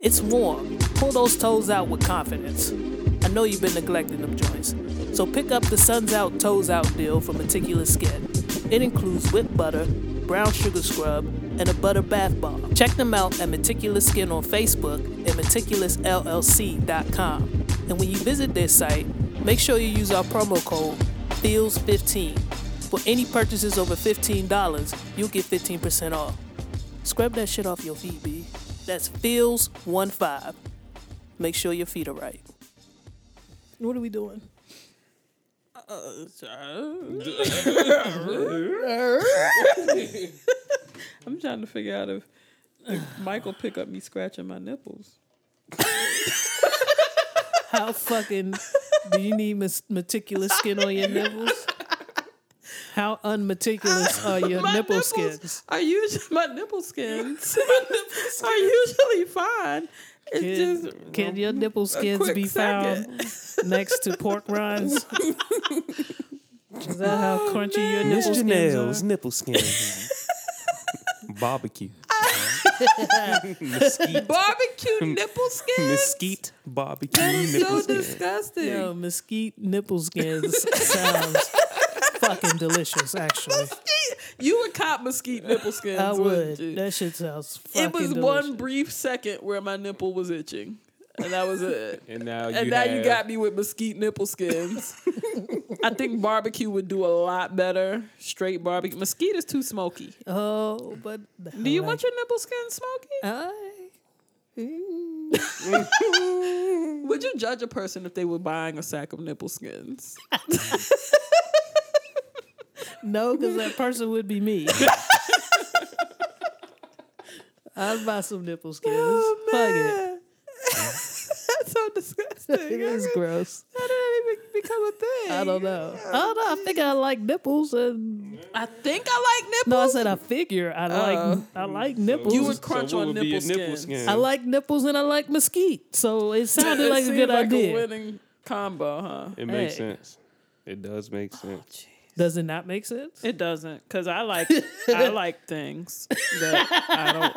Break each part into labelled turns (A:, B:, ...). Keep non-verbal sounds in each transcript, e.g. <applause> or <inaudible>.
A: It's warm. Pull those toes out with confidence. I know you've been neglecting them joints. So pick up the Suns Out Toes Out deal from Meticulous Skin. It includes whipped butter, brown sugar scrub, and a butter bath bomb. Check them out at Meticulous Skin on Facebook and meticulousllc.com. And when you visit their site, make sure you use our promo code FEELS15. For any purchases over $15, you'll get 15% off. Scrub that shit off your feet, B. That's FEELS15. Make sure your feet are right. What are we doing?
B: I'm trying to figure out if, if Michael pick up me scratching my nipples.
A: How fucking do you need mis- meticulous skin on your nipples? How unmeticulous are your
B: my
A: nipple
B: nipples
A: skins?
B: Are usually my nipple skins <laughs> are usually fine. It's
A: Can,
B: just
A: can your nipple skins
B: quick
A: be found next to pork rinds? Is that how crunchy your
C: Miss
A: nipple
C: Janelle's
A: skins are?
C: nipple skin. <laughs> Barbecue. mesquite,
A: <laughs>
B: barbecue nipple skins.
C: mesquite barbecue
B: That is
C: nipple
B: so
C: skin.
B: disgusting.
A: Yo, mesquite nipple skins sounds fucking delicious, actually.
B: You would cop mesquite nipple skins.
A: I would.
B: wouldn't you?
A: That shit sounds fucking
B: It was
A: delicious.
B: one brief second where my nipple was itching, and that was it.
C: And now
B: And
C: you
B: now
C: have,
B: you got me with mesquite nipple skins. I think barbecue would do a lot better. Straight barbecue. Mesquite is too smoky.
A: Oh, but
B: Do you want your nipple skin
A: Uh,
B: smoky?
A: I,
B: Would you judge a person if they were buying a sack of nipple skins?
A: no, because that person would be me. <laughs> I'd buy some nipple skins.
B: Oh,
A: Fuck Oh, it.
B: <laughs> That's so disgusting.
A: It is gross.
B: That didn't even become a thing.
A: I don't know. I don't know. I think I like nipples, and
B: I think I like
A: no, I
B: nipples. Oh.
A: said I figure I like I like nipples.
B: you would crunch
C: so what
B: on
C: would
B: nipple,
C: be a
B: skins.
C: nipple skin?
A: I like nipples and I like mesquite, so it sounded
B: <laughs> It
A: like a
B: seems
A: good
B: like
A: idea.
B: A winning combo, huh?
C: It makes
A: Hey.
C: sense. It does make
B: Oh,
C: sense.
A: Does it not make sense?
B: It doesn't, cause I <laughs> like I like things that I don't.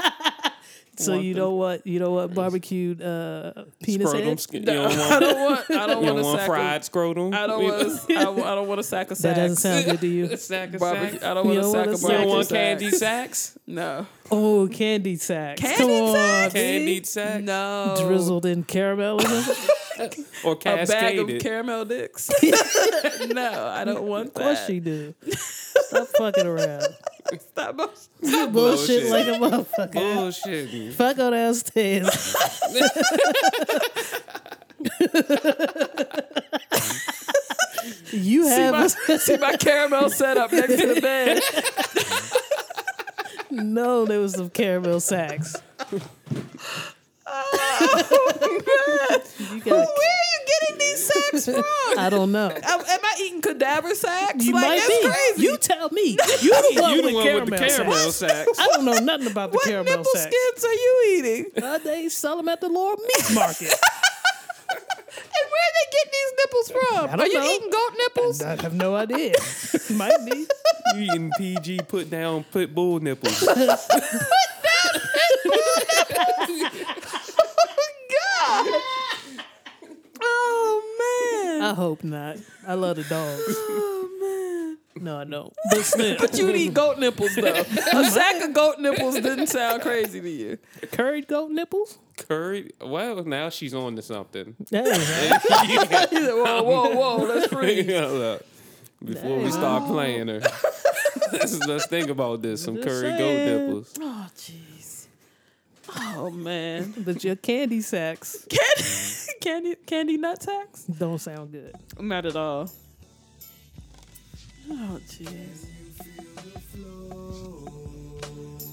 A: So
B: want
A: you
B: them.
A: know what? You know what? Barbecued uh, penis
C: Scrotum
A: head?
B: <laughs>
C: skin. You don't
B: I
C: want,
B: don't want. I don't
C: you
B: want
C: don't
B: a
C: want
B: sack
C: fried scrotum.
B: Of, I don't want. I, don't- I don't want a sack of
A: That
B: sacks.
A: doesn't sound good to
B: <laughs>
A: you.
C: sack of
B: Barbecue.
C: sacks.
B: I don't
A: You
B: want
A: don't
B: a sack
A: want a
B: of
A: sack
B: barbecue
C: You don't
A: of
C: want
B: sacks.
C: candy sacks?
B: No.
A: Oh, candy sacks.
B: Candy
A: Come on,
B: sacks?
A: B.
C: Candied sacks?
B: No.
A: drizzled in caramel. in them?
C: <laughs> Or
B: A bag of
C: cascaded?
B: caramel dicks.
A: <laughs>
B: no, I don't want
A: of course
B: that.
A: she
B: <laughs>
A: do. Stop fucking around.
B: Stop.
A: You bullshit
C: Bullshit.
A: like a motherfucker.
B: <laughs>
C: <laughs> Bullshit.
A: Fuck go downstairs. you
B: See
A: have <laughs>
B: my, see my caramel setup next to the bed.
A: no. There was some caramel
B: <laughs>
A: sacks. <laughs>
B: Oh,
A: you
B: Where are
A: got.
B: you getting these
A: <laughs>
B: sacks from?
A: I don't know.
B: Am, am I eating cadaver sacks?
A: You
B: like
A: might
B: that's
A: be.
B: crazy.
A: You tell me.
B: <laughs>
A: You the one,
C: You
A: with,
C: the one
A: caramel
C: with the caramel
A: sacks.
C: sacks.
A: I don't know nothing about the
B: what
A: caramel
B: nipple
A: sacks.
B: skins are you eating? And
A: Uh, they sell them at the Lord <laughs> Meat Market.
B: where are they getting these nipples from?
A: don't
B: Are you
A: know.
B: eating goat nipples?
A: I have no idea. Might be.
B: <laughs>
C: You eating PG put down put bull nipples.
B: Oh God. Oh <laughs> man.
A: I hope not. I love the dogs.
B: Oh
A: No, I don't. But still,
B: man. You need goat nipples though. <laughs> A sack of goat nipples didn't sound crazy to you.
A: <laughs> curried goat nipples?
C: Curry. Well, now she's on
B: <laughs>
C: to something. <laughs>
A: That ain't happening.
B: You said, whoa, whoa, whoa, let's freeze.
C: <laughs> Yeah, look. Before we start playing her, <laughs> let's, let's think about this. Some
A: Just
C: curry
A: saying.
C: goat nipples.
B: <laughs> Oh jeez. Oh <laughs> man.
A: But your candy sacks
B: <laughs> Candy candy candy nut sacks?
A: don't sound good.
B: Not at all. Oh jeez.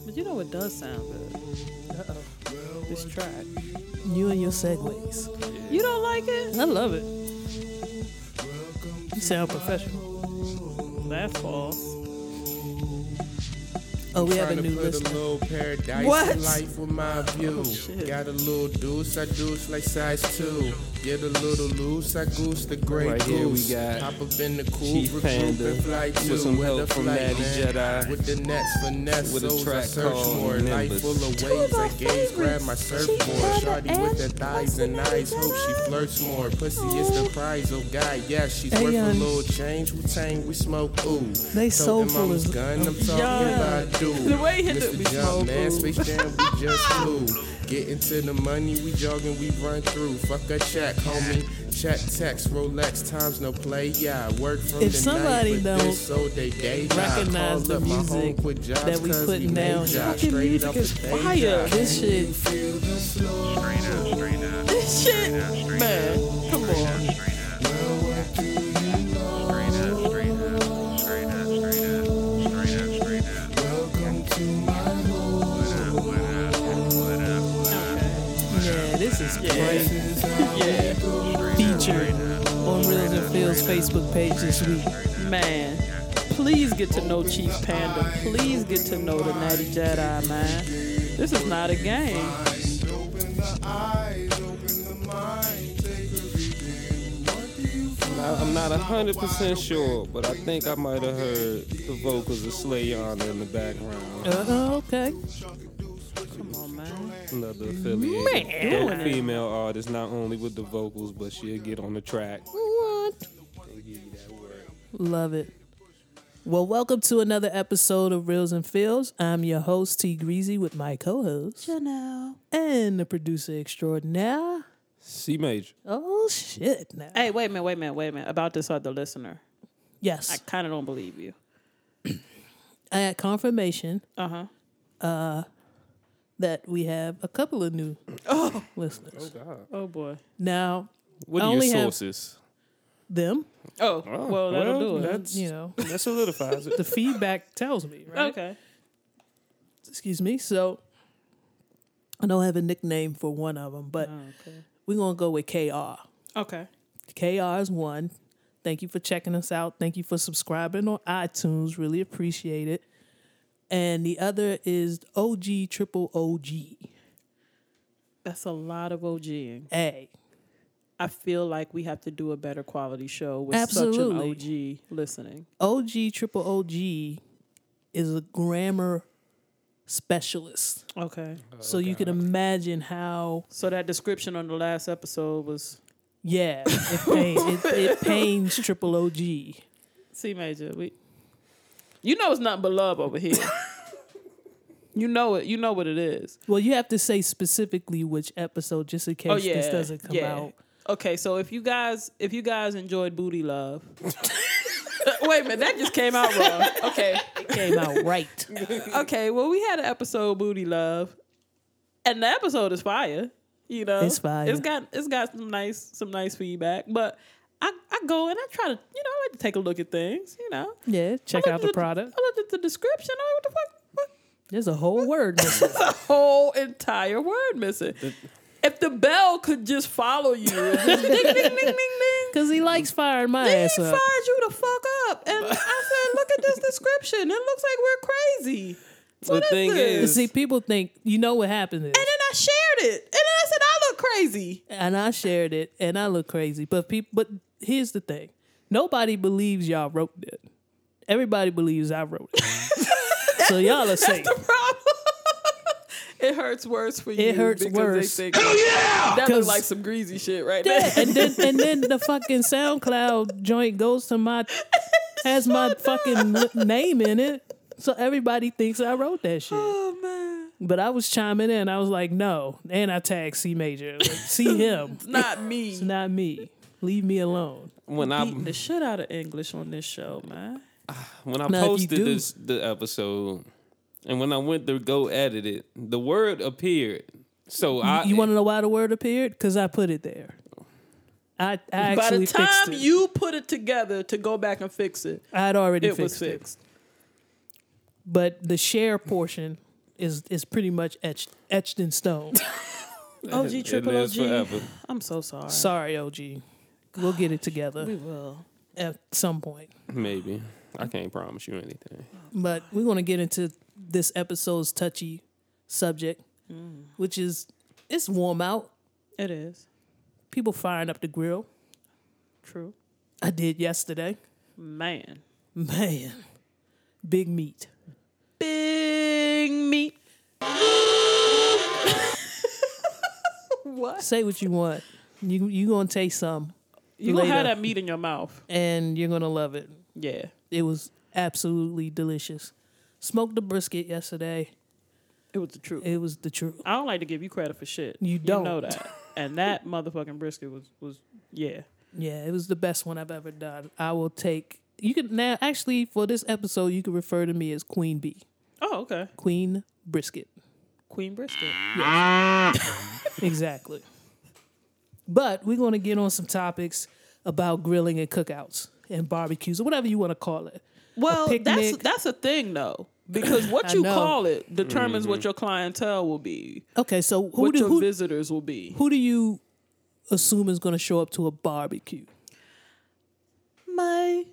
B: But you know what does sound good? Uh-oh. This track.
A: You and your segues.
B: You don't like it?
A: I love it. You sound professional.
B: That's false.
A: Oh, we have a
D: Tryna
A: new
D: put
A: list. Oh,
D: a little paradise
B: What?
D: in life with my view. Got a little deuce, I deuce like size two. Get a little loose, I goose the great
C: Right
D: goose.
C: here we got
D: Pop up in the
C: Chief
D: coupe, recruit
C: Panda
D: and fly
C: with
D: two.
C: some
D: With
C: help
D: a
C: from
D: flight,
C: Natty
D: man.
C: Jedi.
D: With the nets, finesse,
C: With a
D: those I
C: track
D: search
C: called
D: more. Life
C: Members.
D: full of
E: Two of
D: waves, I
E: our
D: gaze, grab my
E: favorites,
D: surfboard.
E: Chief Panda
D: Shawty with the
E: and
D: thighs
E: What's
D: and
E: the Name
D: eyes, hope she
E: Jedi.
D: flirts more. Pussy is the prize, oh God, yeah, she's
A: Hey,
D: worth a
A: um,
D: little change. Wu Tang, we smoke, ooh.
A: They
D: Told them
A: soulful
D: I was
A: as-
D: gun, I'm talking
B: Yeah.
D: about dude.
B: The way he hit it,
D: Mr.
B: we
D: Jump,
B: smoke,
D: man,
B: ooh.
D: space jam, we just flew. Get into the money, we jogging, we run through. Fuck a check, homie. Check text, Rolex times no play. Yeah, work from
A: If
D: the
A: somebody
D: night, but
A: don't
D: this so they day job.
A: recognize
D: Call
A: the
D: up my
A: music
D: home, quit jobs
A: that we
D: 'cause
A: putting
D: made
A: down.
D: jobs.
B: Fucking
D: Straight
B: music
D: up
B: is
D: a day
B: fire.
D: job.
A: This shit,
B: This shit, man. Come on.
A: yeah, this is great.
B: Yeah,
A: Featured on Reels and Fields Facebook page this week.
B: man. Please get to know Chief Panda. Please get to know the Natty Jedi, man. This is not a game.
C: I- I'm not hundred percent sure, but I think I might have heard the vocals of Slayana in the background.
A: Uh, okay.
B: Come on, man.
C: Another affiliated dope female artist, not only with the vocals, but she'll get on the track. And give you that work.
A: Love it. Well, welcome to another episode of Reels and Fields. I'm your host, T Greasy, with my co host
B: Janelle.
A: and the producer extraordinaire.
C: C major.
A: Oh, shit. Now.
B: Hey, wait a minute, wait a minute, wait a minute. About this other listener. I
A: Yes.
B: kind of don't believe you.
A: I had confirmation
B: Uh huh.
A: that we have a couple of new listeners.
B: Oh, boy.
A: Now,
C: What
A: I
C: are your
A: only have-
C: sources?
A: them,
B: Oh,
C: Oh,
B: well, that'll
C: well,
B: do it.
C: That's,
A: you know,
C: that solidifies it.
A: the feedback tells me, right?
B: Okay.
A: Excuse me. So, I don't have a nickname for one of them, but
B: Okay.
A: we're going to go with KR.
B: Okay.
A: KR is one. Thank you for checking us out. Thank you for subscribing on iTunes. Really appreciate it. And the other is OG triple OG.
B: That's a lot of OGing.
A: A.
B: I feel like we have to do a better quality show with
A: Absolutely.
B: such an OG listening.
A: OG triple OG is a grammar specialist.
B: Okay.
A: so you can imagine how,
B: So that description on the last episode was
A: yeah, it, pain, it, it pains triple OG.
B: C major. We, you know, it's nothing but love over <laughs> here. you know it. You know what it is.
A: Well, you have to say specifically which episode just in case
B: Oh yeah.
A: this doesn't come
B: yeah.
A: out.
B: Okay, so if you guys if you guys enjoyed booty love, <laughs> wait a minute, that just came out wrong. Okay,
A: It came
B: <laughs>
A: out right.
B: okay. Well, we had an episode booty love, and the episode is fire. You know,
A: It's fire.
B: It's got it's got some nice some nice feedback, but I I go and I try to you know I like to take a look at things. You know,
A: Yeah, check
B: I
A: out
B: looked
A: the
B: at
A: product.
B: I looked at the description. I'm like, what the fuck? What?
A: There's a whole word missing.
B: It's a whole entire word missing. If the bell could just follow you, and just ding ding ding ding ding.
A: Cause he likes firing my
B: Then he
A: ass up.
B: fired you the fuck up. And I said, look at this description. It looks like we're crazy. What
C: the
B: is
C: thing
B: this?
C: is,
A: See, people think you know what happened is,
B: And then I shared it. And then I said, I look crazy.
A: and I shared it, and I look crazy. But people, but here's the thing: nobody
B: <laughs>
A: believes y'all wrote it. Everybody believes I wrote it.
B: <laughs>
A: so y'all are safe.
B: The problem. <laughs> it hurts worse for you.
A: hurts
B: because
A: worse.
B: They think, Hell yeah! That
A: Because-
B: looks like some greasy shit right
A: Yeah, <laughs>
B: there.
A: and then and then the fucking SoundCloud joint goes to my has my fucking li- name in it. So everybody thinks I wrote that shit.
B: Oh man.
A: But I was chiming in. I was like, no. And I tagged C Major. Like, see
B: <laughs>
A: him.
B: Not me.
A: It's not me. Leave me alone.
C: When I
B: Beating the shit out of English on this show, man.
C: when I
A: Now, if you
C: posted
A: do-
C: this the episode, and when I went to go edit it, the word appeared. So I
A: you
C: <laughs>
A: want to know why the word appeared? Because I put it there. I, I
B: By
A: actually
B: the
A: fixed
B: time
A: it.
B: you put it together to go back and fix it,
A: I'd already
B: it
A: fixed
B: was
A: it.
B: fixed.
A: But the share portion is is pretty much etched etched in
B: <laughs>
A: stone.
B: OG
C: it
B: triple
C: lives
B: OG.
C: forever.
B: I'm so sorry.
A: Sorry, OG. We'll get it
B: We
A: together
B: will.
A: at some point.
C: Maybe I can't promise you anything.
A: But we're gonna get into this episode's touchy subject, which is it's warm out.
B: It is
A: People firing up the grill.
B: true,
A: I did yesterday.
B: man.
A: Man, big meat.
B: Big meat. what?
A: Say what you want. You you gonna taste some,
B: You gonna have
A: Later.
B: that meat in your mouth?
A: and you're gonna love it.
B: Yeah.
A: It was absolutely delicious. Smoked the brisket yesterday.
B: It was the truth.
A: It was the truth.
B: I don't like to give you credit for shit.
A: You don't.
B: know that. And <laughs> that motherfucking brisket was was yeah.
A: Yeah, it was the best one I've ever done. I will take. You can now actually for this episode you can refer to me as Queen B,
B: Oh okay.
A: Queen Brisket.
B: Queen brisket.
A: Exactly. But we're going to get on some topics about grilling and cookouts and barbecues or whatever you want to call it.
B: Well, that's
A: picnic.
B: that's a thing though, because
A: I
B: what you
A: know.
B: call it determines what your clientele will be,
A: Okay, so who
B: what
A: do
B: your
A: who,
B: visitors will be.
A: who do you assume is going to show up to a barbecue?
B: My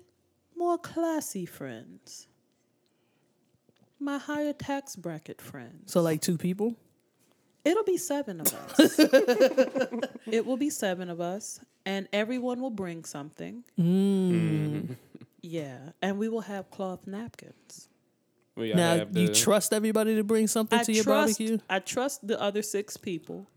B: more classy friends, my higher tax bracket friends.
A: So like two people.
B: It'll be seven of
A: <laughs>
B: us. it will be seven of us, and everyone will bring something. Yeah, and we will have cloth napkins.
C: We gotta
A: Now
C: have
A: you
C: the-
A: trust everybody to bring something
B: I
A: to your
B: trust.
A: barbecue.
B: I trust the other six people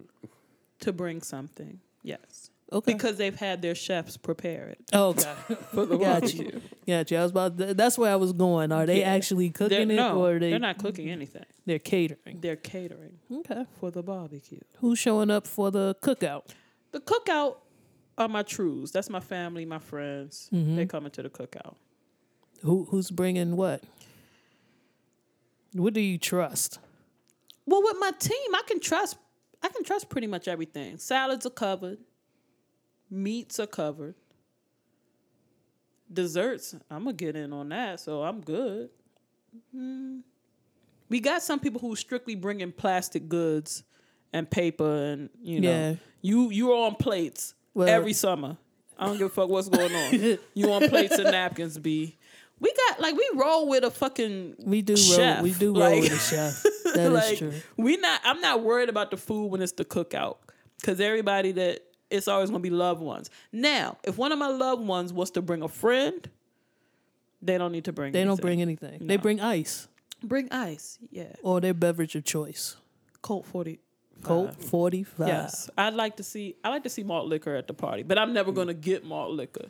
B: to bring something. Yes,
A: Okay.
B: because they've had their chefs prepare it.
A: oh
B: <laughs>
A: God. Got you. Got you. I was about. To, that's where I was going. Are they
B: Yeah.
A: actually
B: They're,
A: cooking it,
B: no,
A: or are they?
B: they're not cooking anything.
A: They're catering.
B: They're catering
A: Okay.
B: for the barbecue.
A: Who's showing up for the cookout?
B: The cookout are my trues. That's my family, my friends.
A: Mm-hmm.
B: They're coming to the cookout.
A: Who who's bringing what? What do you trust?
B: Well, with my team, I can trust. I can trust pretty much everything. Salads are covered. Meats are covered. Desserts, I'm gonna get in on that, so I'm good. Mm. We got some people who strictly bring in plastic goods and paper, and you know,
A: Yeah.
B: you you're on plates
A: Well-
B: every summer. I don't give a fuck what's going on.
A: <laughs>
B: you on plates and napkins, b. We got like we roll with a fucking
A: We do roll,
B: Chef,
A: we do roll
B: like-
A: with a
B: <laughs>
A: chef. That is
B: like
A: true.
B: we not i'm not worried about the food when it's the cookout because everybody that it's always going to be loved ones now if one of my loved ones was to bring a friend they don't need to bring
A: They don't
B: anything.
A: bring anything. They
B: No.
A: bring ice
B: bring ice yeah
A: or their beverage of choice.
B: colt 40
A: Coke, forty five.
B: yes i'd like to see i like to see malt liquor at the party but i'm never going to get malt liquor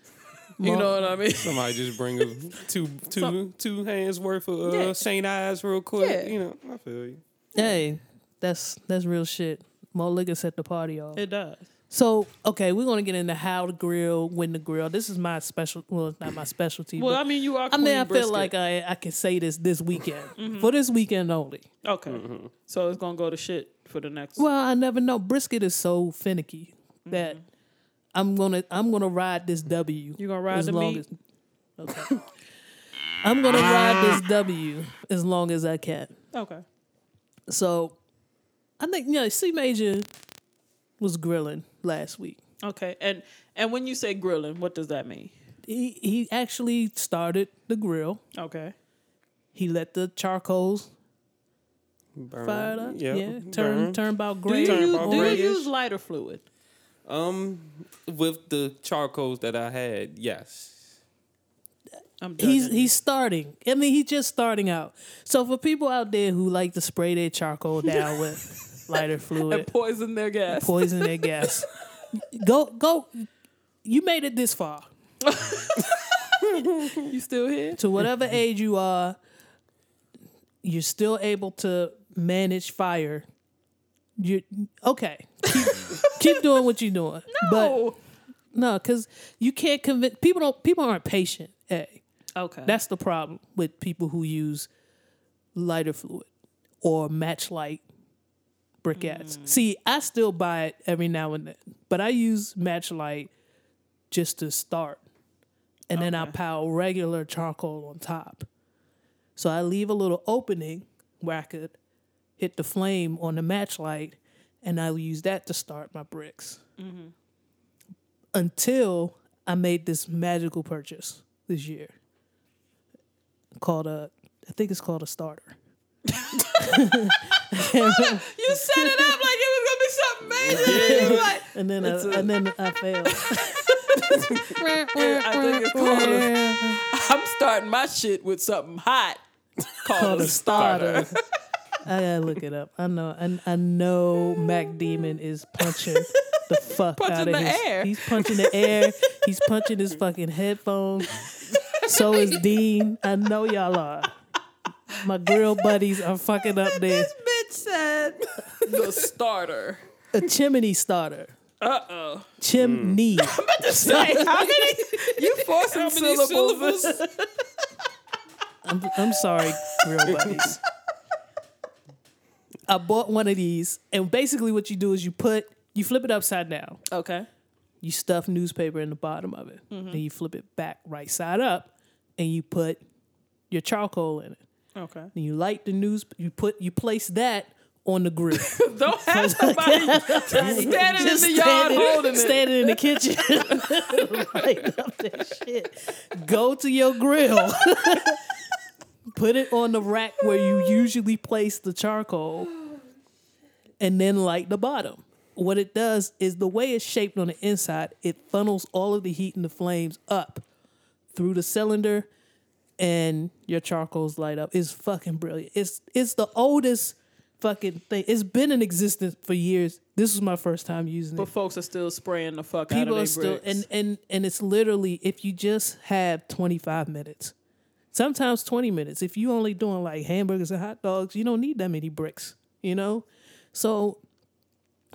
B: you know what i mean
C: Somebody just bring a <laughs> two two
B: Some-
C: two hands worth of uh,
B: Yeah.
C: Saint Eyes real quick.
B: Yeah.
C: You know, I feel you.
A: Hey, that's that's real shit. More liquor set the party off.
B: it does
A: so okay, we're gonna get into how to grill, when to grill. This is my special. Well, it's not my specialty.
B: well
A: but
B: i mean you are
A: I mean,
B: Queen
A: I feel
B: Brisket. Mm-hmm.
A: like I I can say this this
B: <laughs>
A: weekend for this weekend only.
B: okay so it's going to go to shit for the next
A: Mm-hmm. Well, I never know. Brisket is so finicky that I'm gonna I'm gonna ride this W.
B: Mm-hmm. You gonna ride the meat?
A: as okay. I'm gonna ride this W as long as I can.
B: okay
A: So I think you know C Major was grilling last week.
B: okay and and when you say grilling what does that mean
A: He he actually started the grill.
B: okay
A: He let the charcoals
C: Burn.
A: fire up.
C: Uh, Yep.
A: Yeah, turn
C: Burn.
A: turn about
B: Do
A: gray.
B: you,
C: Turn
B: use,
C: about
B: do you
C: grayish.
B: use lighter fluid?
C: Um, with the charcoals that I had, yes.
B: I'm judging
A: He's
B: you.
A: he's starting. I mean, he's just starting out. So for people out there who like to spray their charcoal down
C: <laughs>
A: with lighter
B: and
A: fluid,
B: poison their gas.
A: poison their gas, go go. You made it this far.
B: you still here?
A: To whatever age you are, you're still able to manage fire. You okay? Keep, keep doing what you're doing. But
B: oh,
A: no, because you can't convince people. Don't people aren't patient. Hey.
B: okay.
A: That's the problem with people who use lighter fluid or match light briquettes. See, I still buy it every now and then, but I use match light just to start. And then I pile regular charcoal on top. So I leave a little opening where I could hit the flame on the match light and I'll use that to start my bricks. Until I made this magical purchase this year called a I think it's called a starter.
B: You set it up like it was gonna be something major. You like,
A: and then I, and then I failed.
B: <laughs> I think it's called a, I'm starting my shit with something hot. Called,
A: Called
B: a
A: a <laughs>
B: starter.
A: I gotta look it up. I know. I, I know Mac Demon is punching
B: <laughs>
A: the fuck out
B: Punching
A: of
B: the
A: his.
B: air.
A: He's punching the air. He's punching his fucking headphones. So is
B: <laughs>
A: Dean. I know y'all are. My grill buddies are fucking up
B: <laughs>
A: there.
B: Bitch said the starter.
A: A chimney starter.
B: Uh oh. <laughs>
A: Chimney.
B: <laughs> How many? <laughs> You forcing syllables?
A: I'm, I'm sorry, grill buddies. I bought one of these, and basically what you do is you put you flip it upside down.
B: Okay.
A: you stuff newspaper in the bottom of it and you flip it back right side up and you put your charcoal in it
B: Okay.
A: and you light the news you put you place that on the grill
B: Don't have somebody standing in the yard
A: standing,
B: holding it.
A: standing in the kitchen <laughs> light up that shit go to your grill <laughs> put it on the rack where you usually place the charcoal and then light the bottom. What it does is the way it's shaped on the inside, it funnels all of the heat and the flames up through the cylinder and your charcoals light up. It's fucking brilliant. It's it's the oldest fucking thing. It's been in existence for years. This was my first time using it
B: But folks are still spraying the fuck out of
A: people
B: their
A: are still
B: bricks.
A: and and and it's literally if you just have 25 minutes sometimes 20 minutes if you only doing like hamburgers and hot dogs you don't need that many bricks you know so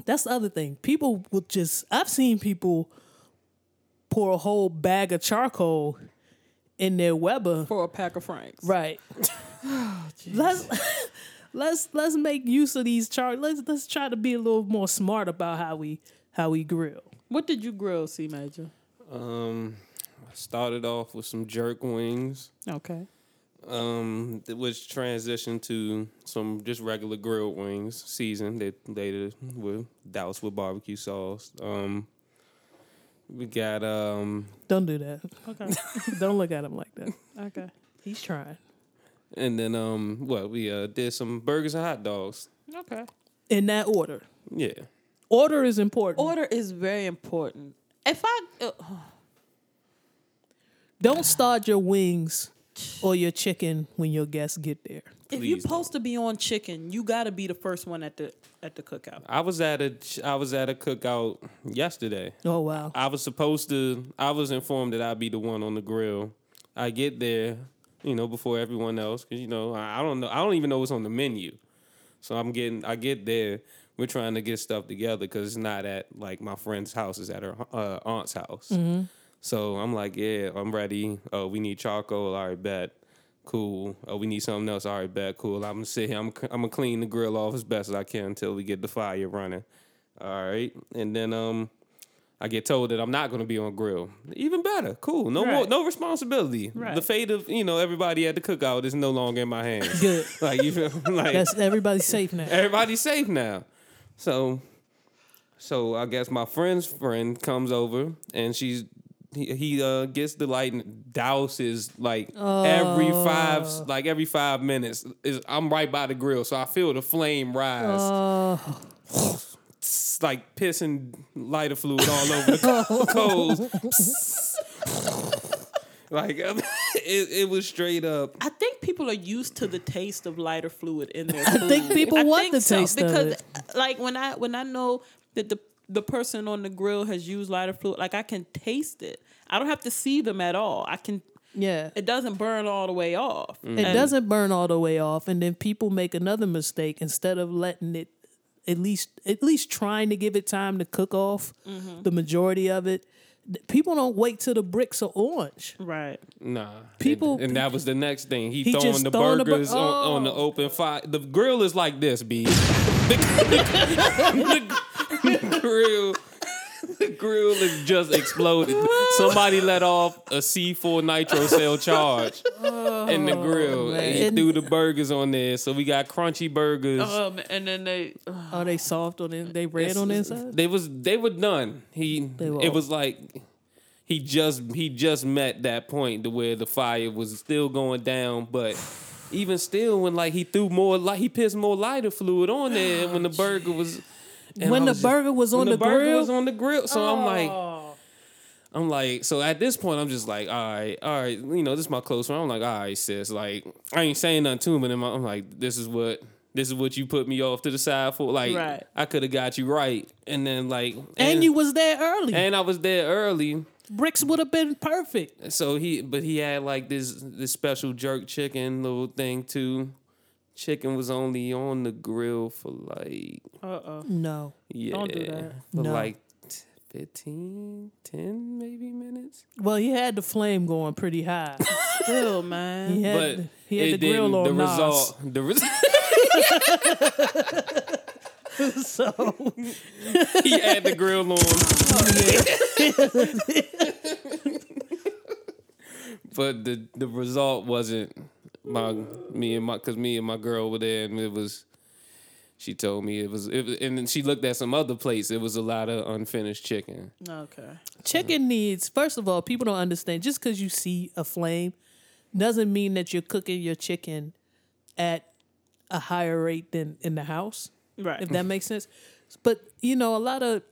A: that's the other thing people will just i've seen people pour a whole bag of charcoal in their weber
B: for a pack of franks.
A: right let's <laughs> let's let's make use of these char let's let's try to be a little more smart about how we how we grill
B: What did you grill, C Major?
C: Um, I started off with some jerk wings,
B: Okay.
C: um, th- which transitioned to some just regular grilled wings, seasoned. They later were doused with barbecue sauce. Um, we got um,
A: Don't do that.
B: Okay.
A: <laughs> Don't look at him like that.
B: Okay.
A: He's trying.
C: and then um, what we uh did some burgers and hot dogs.
B: Okay.
A: In that order.
C: Yeah,
A: Order is important.
B: Order is very important. If I uh,
A: Don't start your wings or your chicken when your guests get there.
B: if you're
C: Please
B: supposed to be on chicken, you got to be the first one at the at the cookout.
C: I was at a ch- I was at a cookout yesterday.
A: Oh wow.
C: I was supposed to. I was informed that I'd be the one on the grill. I get there, you know, before everyone else, because you know I, I don't know. I don't even know what's on the menu. So I'm getting. I get there. We're trying to get stuff together because it's not at like my friend's house. It's at her uh, aunt's house. So I'm like, yeah, I'm ready. Oh, we need charcoal. All right, bet. Cool. Oh, we need something else. All right, bet. Cool. I'm gonna sit here. I'm, I'm gonna clean the grill off as best as I can until we get the fire running. All right, and then um, I get told that I'm not going to be on grill. Even better. Cool. No more.
B: Right.
C: No responsibility. The fate of you know everybody at the cookout is no longer in my
A: <laughs>
C: hands.
A: Good.
C: like you feel like
A: That's everybody's safe
B: <laughs>
A: now.
C: everybody's safe now. So, so I guess my friend's friend comes over and she's he, he uh gets the light and douses like every five like every five minutes is I'm right by the grill, so I feel the flame rise. It's <laughs> like pissing lighter fluid all over the coals. <laughs> like <laughs> it, it was straight up.
B: I think people are used to the taste of lighter fluid in <laughs> their.
A: I think
B: food.
A: people
B: I
A: want
B: think
A: the taste of
B: because, uh,
A: it.
B: like when I when I know that the the person on the grill has used lighter fluid, like I can taste it. I don't have to see them at all. I can.
A: Yeah.
B: It doesn't burn all the way off.
A: It doesn't burn all the way off, and then people make another mistake instead of letting it at least at least trying to give it time to cook off
B: Mm-hmm.
A: the majority of it. Th- People don't wait till the bricks are orange.
B: Right.
C: Nah.
A: People-
C: and, and that was the next thing. He,
A: He
C: throwing
A: just
C: the
A: throwing the Oh. bur-
C: burgers on, on the open fire. The grill is like this, B. <laughs> the, the grill. The grill is just exploded. Somebody let off a C4 nitro cell charge in the grill. and he
A: Oh, man. Oh.
C: threw the burgers on there. So we got crunchy burgers.
B: Um, and then they.
A: Are
B: <sighs>
A: they soft on it? They red on the inside?
C: They was they were done. He
A: were
C: it
A: off.
C: was like he just he just met that point to where the fire was still going down, but even still, when like he threw more, like he pissed more lighter fluid on there, and when the burger was, and
A: Oh, when
C: I
A: the
C: was just-
A: burger was on
C: when
A: the,
C: burger
A: grill, Oh.
C: was on the grill. So I'm like, I'm like, so at this point, I'm just like, all right, all right, you know, this is my close friend. I'm like, all right, sis, like, I ain't saying nothing to him, but in my, I'm like, this is what. This is what you put me off to the side for. Like
B: Right.
C: I could have got you right, and then like,
A: and you was there early.
C: and I was there early,
A: Bricks would have been perfect.
C: so he but he had like this this special jerk chicken little thing too. Chicken was only on the grill for like
B: Uh oh.
A: No,
C: yeah,
B: Don't do that.
C: for
A: No.
C: like t- 15, 10 maybe minutes.
A: well, he had the flame going pretty high.
B: Still, man.
A: He had,
C: But
A: he had
C: it
A: the grill
C: didn't.
A: on
C: the
A: Nas.
C: result, the result,
A: <laughs> so
C: <laughs> he had the grill
A: <laughs>
C: on. but the the result wasn't my me and my because me and my girl were there and it was she told me it was it was, and then she looked at some other plates it was a lot of unfinished chicken
B: Okay.
A: chicken needs. First of all, people don't understand. Just because you see a flame, doesn't mean that you're cooking your chicken at a higher rate than in the house.
B: Right.
A: if that makes sense. But you know, a lot of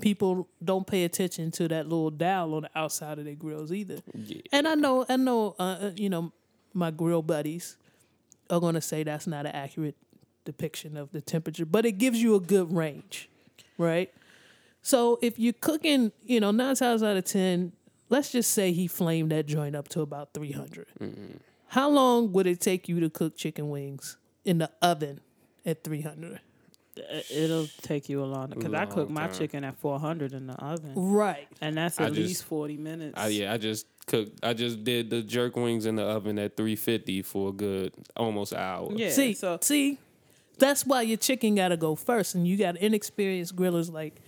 A: people don't pay attention to that little dial on the outside of their grills either. And I know, I know, uh, uh, you know, my grill buddies are gonna say that's not an accurate depiction of the temperature, but it gives you a good range, right? So if you're cooking, you know, nine times out of ten, let's just say he flamed that joint up to about three How long would it take you to cook chicken wings in the oven at three hundred?
B: It- It'll take you a long because I cook
C: Long
B: my
C: time.
B: chicken at 400 in the oven,
A: Right.
B: and that's
C: I
B: at
C: just-
B: least 40 minutes.
C: I, yeah I just cooked I just did the jerk wings in the oven at 350 for a good almost hour
B: Yeah.
A: See,
B: so
A: see, that's why your chicken gotta go first, and you got inexperienced grillers like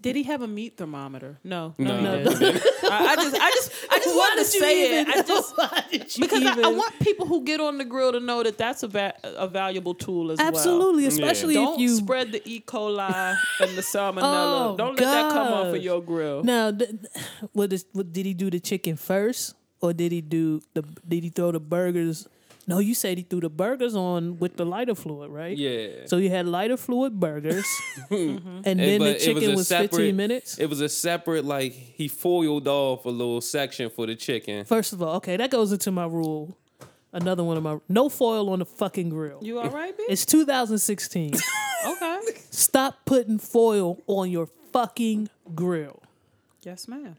B: did he have a meat thermometer? No.
C: No,
B: he
C: no,
B: didn't. I, I just, I just, I <laughs> just wanted to say it. I <laughs> just because I, I want people who get on the grill to know that that's a va- a valuable tool as
A: <laughs>
B: well.
A: absolutely, especially
B: Don't
A: if you
B: spread the E. coli and the <laughs> salmonella.
A: Oh,
B: Don't let that come off of
A: gosh.
B: your grill.
A: now. Th- th- what is what did he do the chicken first, or did he do the did he throw the burgers? No, you said he threw the burgers on with the lighter fluid, right?
C: yeah
A: So you had lighter fluid
C: <laughs>
A: burgers, <laughs> and then the
C: but it was
A: chicken
C: a
A: was,
C: separate-
A: fifteen minutes.
C: It was a separate, like he foiled off a little section for the chicken.
A: First of all, okay, that goes into my rule. Another one of my no foil on the fucking grill.
B: You all right, bitch?
A: It's 2016.
B: Okay.
A: Stop putting foil on your fucking grill.
B: yes, ma'am.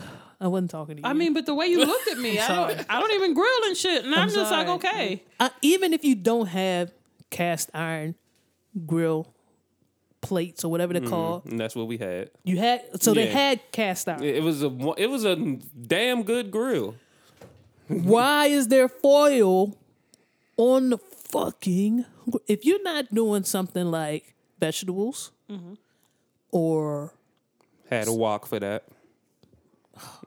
B: Mm.
A: I wasn't talking to you.
B: I mean, but the way you looked at <laughs> me, I don't, I don't even grill and shit, and I'm, just
A: sorry.
B: like, okay,
A: I, even if you don't have cast iron grill plates or whatever they're called,
C: And that's what we had.
A: you had so they
C: Mm-hmm. Yeah.
A: had cast iron.
C: It was a mo- it was a damn good grill.
A: Why is there foil on the fucking? gr- If you're not doing something like vegetables
C: Mm-hmm.
A: or
C: Had a wok for that.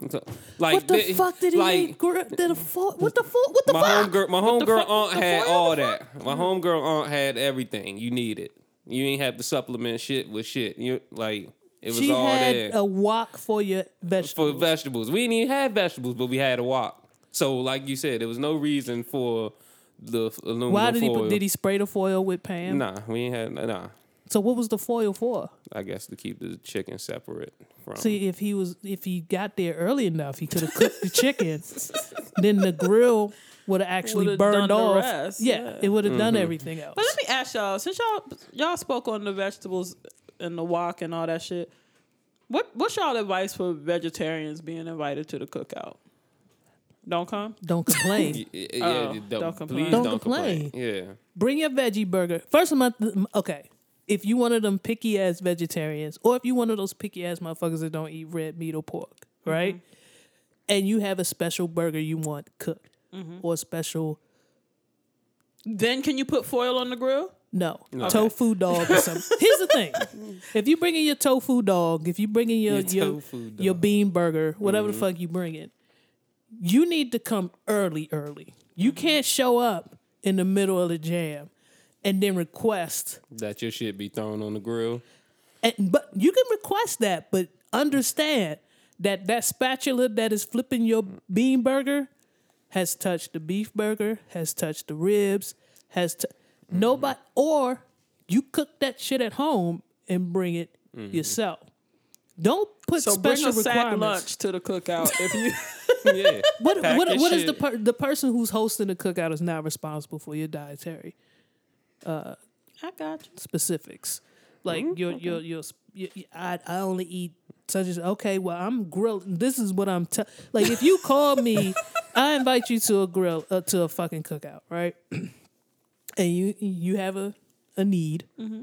C: So, like
A: what the
C: they-
A: fuck did he
C: like,
A: need grill? Did a fo- what the fuck? What the
C: My
A: fuck?
C: homegirl, my homegirl
B: fuck?
C: aunt
B: The
C: had
B: foil?
C: all
B: The
C: that. My homegirl aunt had everything you needed. You ain't have to supplement shit with shit. You like it was
A: she
C: all
A: had
C: there.
A: a wok for your
C: for
A: vegetables.
C: vegetables. We didn't even have vegetables, but we had a wok. So, like you said, there was no reason for the f- aluminum
A: Why did he
C: foil.
A: put, did he spray the foil with Pam?
C: Nah, we ain't had nah.
A: So what was the foil for?
B: Um,
C: I guess to keep the chicken separate from.
A: See if he was if he got there early enough, he could have cooked the
B: <laughs>
A: chicken. then the grill would have actually
B: Would've done
A: burned
B: the
A: off.
B: rest,
A: yeah,
B: yeah. Mm-hmm.
A: it would have done everything else.
B: But let me ask y'all, since y'all y'all spoke on the vegetables and the walk and all that shit, what what's y'all advice for vegetarians being invited to the cookout? Don't come.
A: don't complain.
B: <laughs>
C: Y- y- yeah,
B: Oh,
C: you
B: don't
C: don't,
B: complain.
C: please
A: Don't
C: don't, complain.
A: Bring your veggie burger. First of my okay. If you one of them picky ass vegetarians, or if you one of those picky ass motherfuckers that don't eat red meat or pork, right?
B: Mm-hmm.
A: And you have a special burger you want cooked, or a special
B: Then can you put foil on the grill?
A: No, tofu dog or something. Here's the thing: if you bring in your tofu dog, if you bring in your
C: Your
A: your,
C: tofu dog. Mm-hmm.
A: your bean burger, whatever the fuck you bring in, you need to come early, early. You
C: Mm-hmm.
A: can't show up in the middle of the jam and then request.
C: Yeah, that your shit be thrown on the
A: <laughs>
C: grill.
A: And, but you can request that, but understand that that spatula that is flipping your bean burger has touched the beef burger, has touched the ribs, has t- nobody, or you cook that shit at home and bring it yourself. Don't put
B: Mm-hmm. So bring
A: special
B: a sack
A: requirements.
B: lunch to the cookout
A: <laughs>
B: if you.
C: yeah.
A: What
C: Pack
A: what,
C: your
A: what is the
C: shit.
A: per- the person who's hosting the cookout is not responsible for your dietary
B: I got you.
A: specifics. Like your, your your sp- your I I only eat such as okay. Well, I'm grilling. This is what I'm t- like. If you call me, I invite you to a grill uh, to a fucking cookout, right? <clears throat> and you you have a a need, and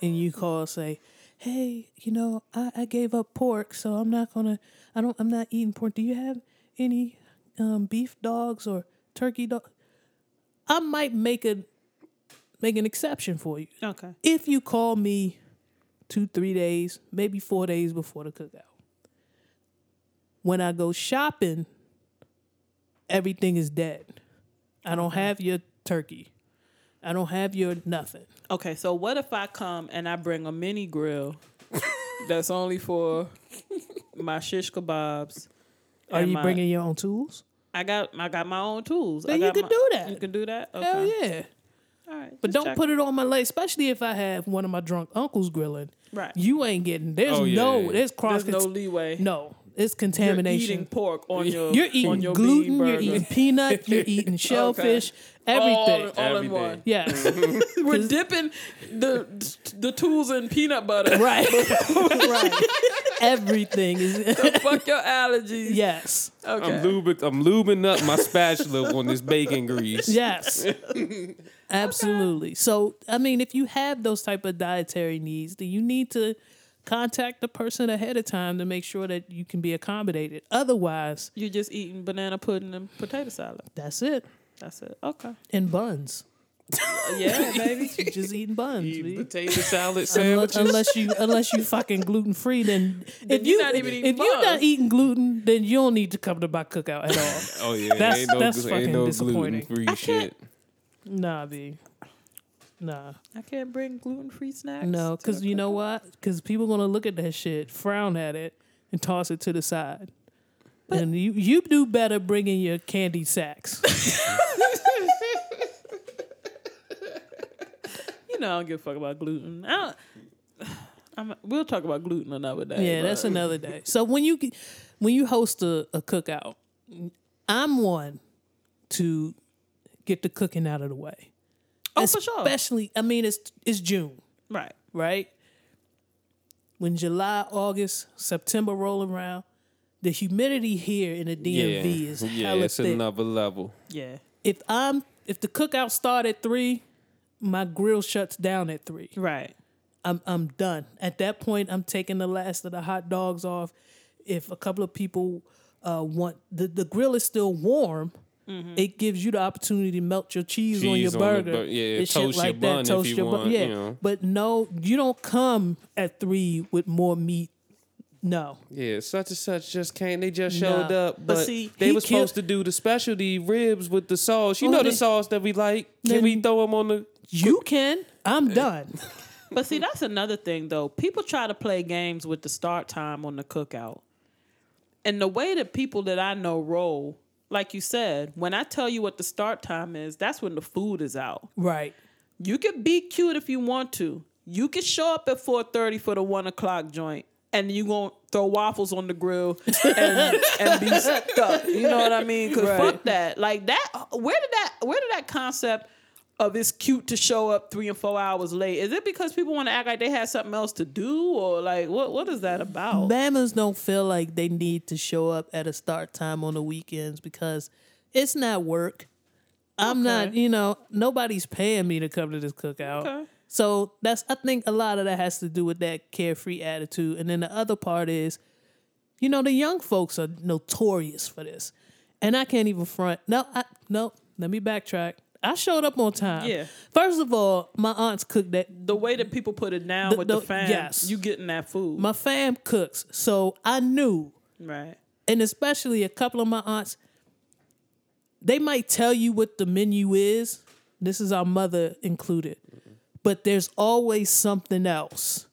A: you call and say. Hey, you know, I, I gave up pork, so I'm not gonna. I don't. I'm not eating pork. Do you have any um, beef dogs or turkey dog? I might make a make an exception for you
B: Okay.
A: if you call me two, three days, maybe four days before the cookout, when I go shopping, everything is dead. I don't have your turkey. I don't have your nothing.
B: Okay. So what if I come and I bring a mini grill that's only for my shish kebabs?
A: Are
B: and
A: you
B: my-
A: bringing your own tools?
B: I got I got my own tools. I
A: Then you
B: got
A: can
B: my-
A: do that.
B: You can do that. Okay.
A: Hell yeah.
B: All right.
A: But don't put it on my leg, especially if I have one of my drunk uncles grilling.
B: right.
A: You ain't getting there's
C: Oh, yeah,
A: no
C: yeah, yeah.
A: there's cross
B: There's no
A: no,
B: leeway.
A: no it's
B: You're
A: contamination.
B: eating pork on your.
A: You're
B: on
A: eating
B: your bean
A: gluten, you're
B: burger.
A: eating peanut, you're
B: <laughs>
A: eating shellfish, everything.
B: All, all in
C: Everything.
B: one.
A: yes.
B: Mm-hmm. We're dipping the the tools in peanut butter.
A: right.
B: <laughs>
A: right. <laughs> Everything is
B: Fuck your allergies.
A: yes.
B: Okay.
C: I'm lubing, I'm lubing up my spatula on this bacon
B: <laughs>
C: grease.
A: Yes. Absolutely. So, I mean, if you have those type of dietary needs, then you need to contact the person ahead of time to make sure that you can be accommodated. Otherwise,
B: You're just eating banana pudding and potato salad.
A: that's it.
B: That's it. Okay.
A: And buns.
B: Yeah, baby.
A: You're just <laughs>
B: <laughs>
A: eating buns. B.
C: Potato salad
A: Unless,
C: sandwiches.
A: unless you unless you fucking gluten free, then if
B: you're
A: you
B: not even eating
A: if you're not
B: buns.
A: eating gluten, then you don't need to come to my cookout <laughs> at all.
C: Oh yeah,
A: That's-
C: ain't no,
A: that's
C: ain't
A: fucking
C: no
A: disappointing.
C: gluten-free shit.
A: Nah, B. Nah.
B: I can't bring gluten free snacks.
A: No, because you know what? Because people going to look at that shit, frown at it, and toss it to the side. and you, you do better bringing your candy sacks.
B: You know, I don't give a fuck about gluten. I don't. <sighs> I'm, we'll talk about gluten another day.
A: yeah,
B: but-
A: that's another day. So when you get- when you host a, a cookout, I'm one to get the cooking out of the way.
B: oh for sure.
A: Especially, I mean, it's it's June.
B: Right.
A: right? When July, August, September roll around, the humidity here in the
C: Yeah,
A: DMV is
C: <laughs> yeah,
A: hella
C: it's
A: thick.
C: another level.
B: Yeah.
A: If I'm if the cookout start at three, my grill shuts down at three.
B: Right.
A: I'm I'm done. At that point, I'm taking the last of the hot dogs off. If a couple of people uh, want the the grill is still warm, it gives you the opportunity to melt your cheese, on your
C: Mm-hmm. Cheese on the
A: burger.
C: bur- yeah,
A: and shit
C: toast your bun if you want,
A: Yeah,
C: you know.
A: but no, you don't come at three with more meat. No,
C: Yeah, such and such just can't. They just showed
A: Nah.
C: up,
A: But
C: but,
A: see,
C: they
A: he Oh,
C: were supposed to do the specialty ribs with the sauce. You know
A: they-
C: the sauce that we like. Can
A: Then-
C: we throw them on the?
A: you can. I'm done.
B: But see, that's another thing though. People try to play games with the start time on the cookout. And the way that people that I know roll, like you said, when I tell you what the start time is, that's when the food is out.
A: right.
B: You can be cute if you want to. You can show up at four thirty for the one o'clock joint, and you gonna throw waffles on the grill and,
A: <laughs>
B: and be stuck. You know what I mean? Because fuck that. Like that. Where did that? Where did that concept of it's cute to show up three and four hours late? Is it because people want to act like they had something else to do, or like what? What is that about?
A: Bama's don't feel like they need to show up at a start time on the weekends because it's not work. I'm not, you know, nobody's paying me to come to this cookout.
B: Okay.
A: So that's I think a lot of that has to do with that carefree attitude. And then the other part is, you know, the young folks are notorious for this. And I can't even front. No, I no, let me backtrack. I showed up on time.
B: Yeah.
A: First of all, my aunts cooked that
B: the way that people put it down
A: The-
B: with the,
A: the-
B: fans,
A: yes.
B: you getting that food,
A: my fam cooks. So I knew
B: right?
A: and especially a couple of my aunts, they might tell you what the menu is. This is our mother included. But there's always something else.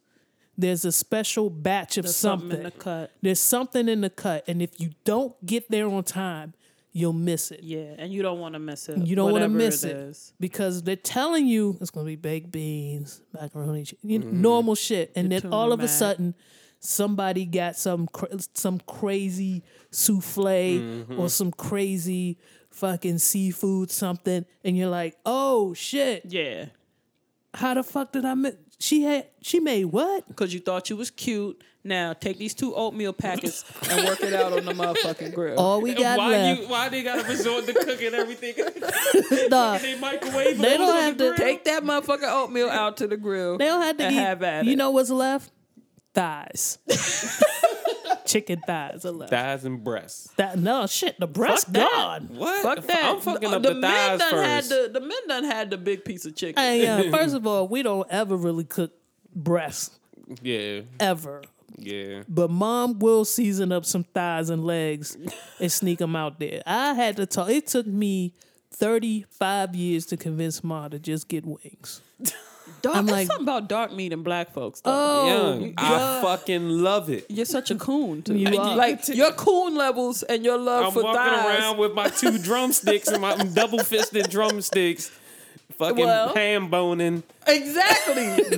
A: There's a special batch of
B: There's
A: something.
B: in the cut.
A: There's something in the cut. And if you don't get there on time, you'll miss it
B: Yeah, and you don't want to miss it.
A: You don't want to
B: whatever
A: miss it,
B: is.
A: because they're telling you it's going to be baked beans, macaroni, ch- you know,
C: Mm-hmm.
A: normal shit, and
B: The
A: then
B: tuna
A: all of a
B: mac.
A: sudden, somebody got some cra- some crazy souffle
C: Mm-hmm.
A: or some crazy fucking seafood something, and you're like, oh shit,
B: Yeah,
A: how the fuck did I miss? She had she made what?
B: because you thought you was cute. Now take these two oatmeal packets and work it out on the motherfucking grill.
A: All we got
C: why
A: left.
C: you? Why they gotta resort to cooking everything? <laughs>
A: Nah,
C: they microwave.
A: They
C: it
A: don't
C: on the
A: have to
C: grill?
B: take that motherfucking oatmeal out to the grill.
A: They don't have to
B: and
A: eat.
B: have at
A: you
B: it.
A: know what's left? <laughs> Thighs. Chicken thighs are left.
C: thighs and breasts.
A: That no shit. The breast
B: that.
A: gone.
C: What?
B: Fuck that.
C: I'm fucking
B: the,
C: up the,
B: men
C: thighs
B: done had
C: first.
B: the the men done had the big piece of chicken.
A: Hey, uh, first of all, we don't ever really cook breasts
C: Yeah,
A: ever.
C: yeah.
A: But mom will season up some thighs and legs and sneak them out there. I had to talk. It took me thirty five years to convince mom to just get wings.
B: Dark,
A: I'm
B: it's
A: like- Oh.
B: something about dark meat and black folks. Though.
C: Young, I fucking love it.
B: You're such a coon. To
A: You
B: me.
A: are.
B: Like your coon levels and your love
C: I'm
B: for
C: walking
B: thighs.
C: around with my two drumsticks and my double fisted drumsticks, fucking
B: Well-
C: ham boning.
B: Exactly.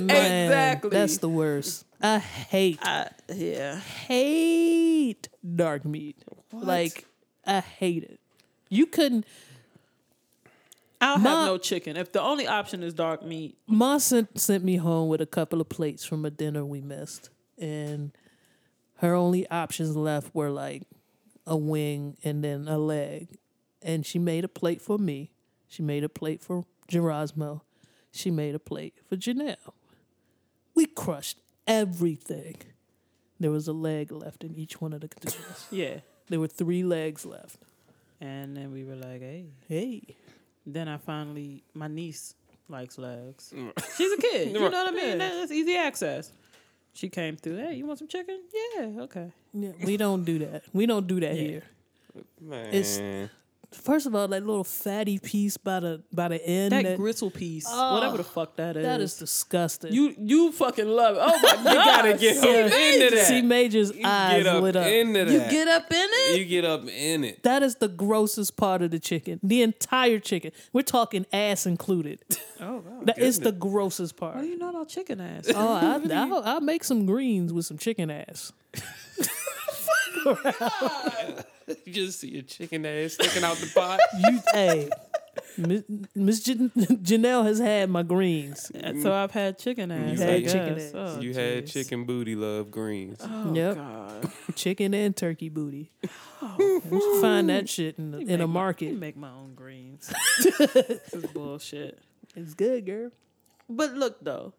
A: <laughs> Man,
B: exactly.
A: That's the worst. I hate
B: I- yeah.
A: hate dark meat. Like I hate it. You couldn't.
B: I'll
A: Ma-
B: have no chicken. If the only option is dark meat,
A: Ma sent, sent me home with a couple of plates from a dinner we missed, and her only options left were like a wing and then a leg. And she made a plate for me. She made a plate for Gerasmo. She made a plate for Janelle. We crushed everything. There was a leg left in each one of the containers.
B: yeah.
A: there were three legs left.
B: And then we were like, hey.
A: Hey.
B: Then I finally, my niece likes legs.
C: Mm.
B: She's a kid.
C: <laughs>
B: You know what I mean? That- That's easy access. She came through. Hey, you want some chicken? Yeah. Okay.
A: Yeah, we don't do that. We don't do that here.
C: Man,
A: It's- First of all, that little fatty piece by the by the end.
B: That,
A: that-
B: gristle piece, whatever the fuck Oh, that is.
A: That is disgusting.
B: you you fucking love it. Oh <laughs> my god.
C: gotta get up into that.
A: see Major's
C: You
A: eyes
C: get up
A: lit up.
C: into that.
B: You get up in it.
C: You get up in it.
A: that is the grossest part of the chicken. The entire chicken. We're talking ass included.
B: Oh god.
A: That is the grossest part.
B: Well, you know about chicken ass.
A: Oh, I, I'll, I'll make some greens with some chicken ass.
C: You just see a chicken ass sticking out the pot.
A: You, hey, Miss- Miss Jan- <laughs> Janelle has had my greens.
B: And so I've had chicken ass.
C: had
B: I
A: chicken ass.
B: guess. Oh,
C: you had
B: jeez.
C: chicken booty love greens.
B: Oh,
A: Yep.
B: God.
A: Chicken and turkey booty. We should find that shit in the, in a
B: Make my-
A: market.
B: I make my own <laughs> greens. this is bullshit.
A: It's good, girl.
B: But look though,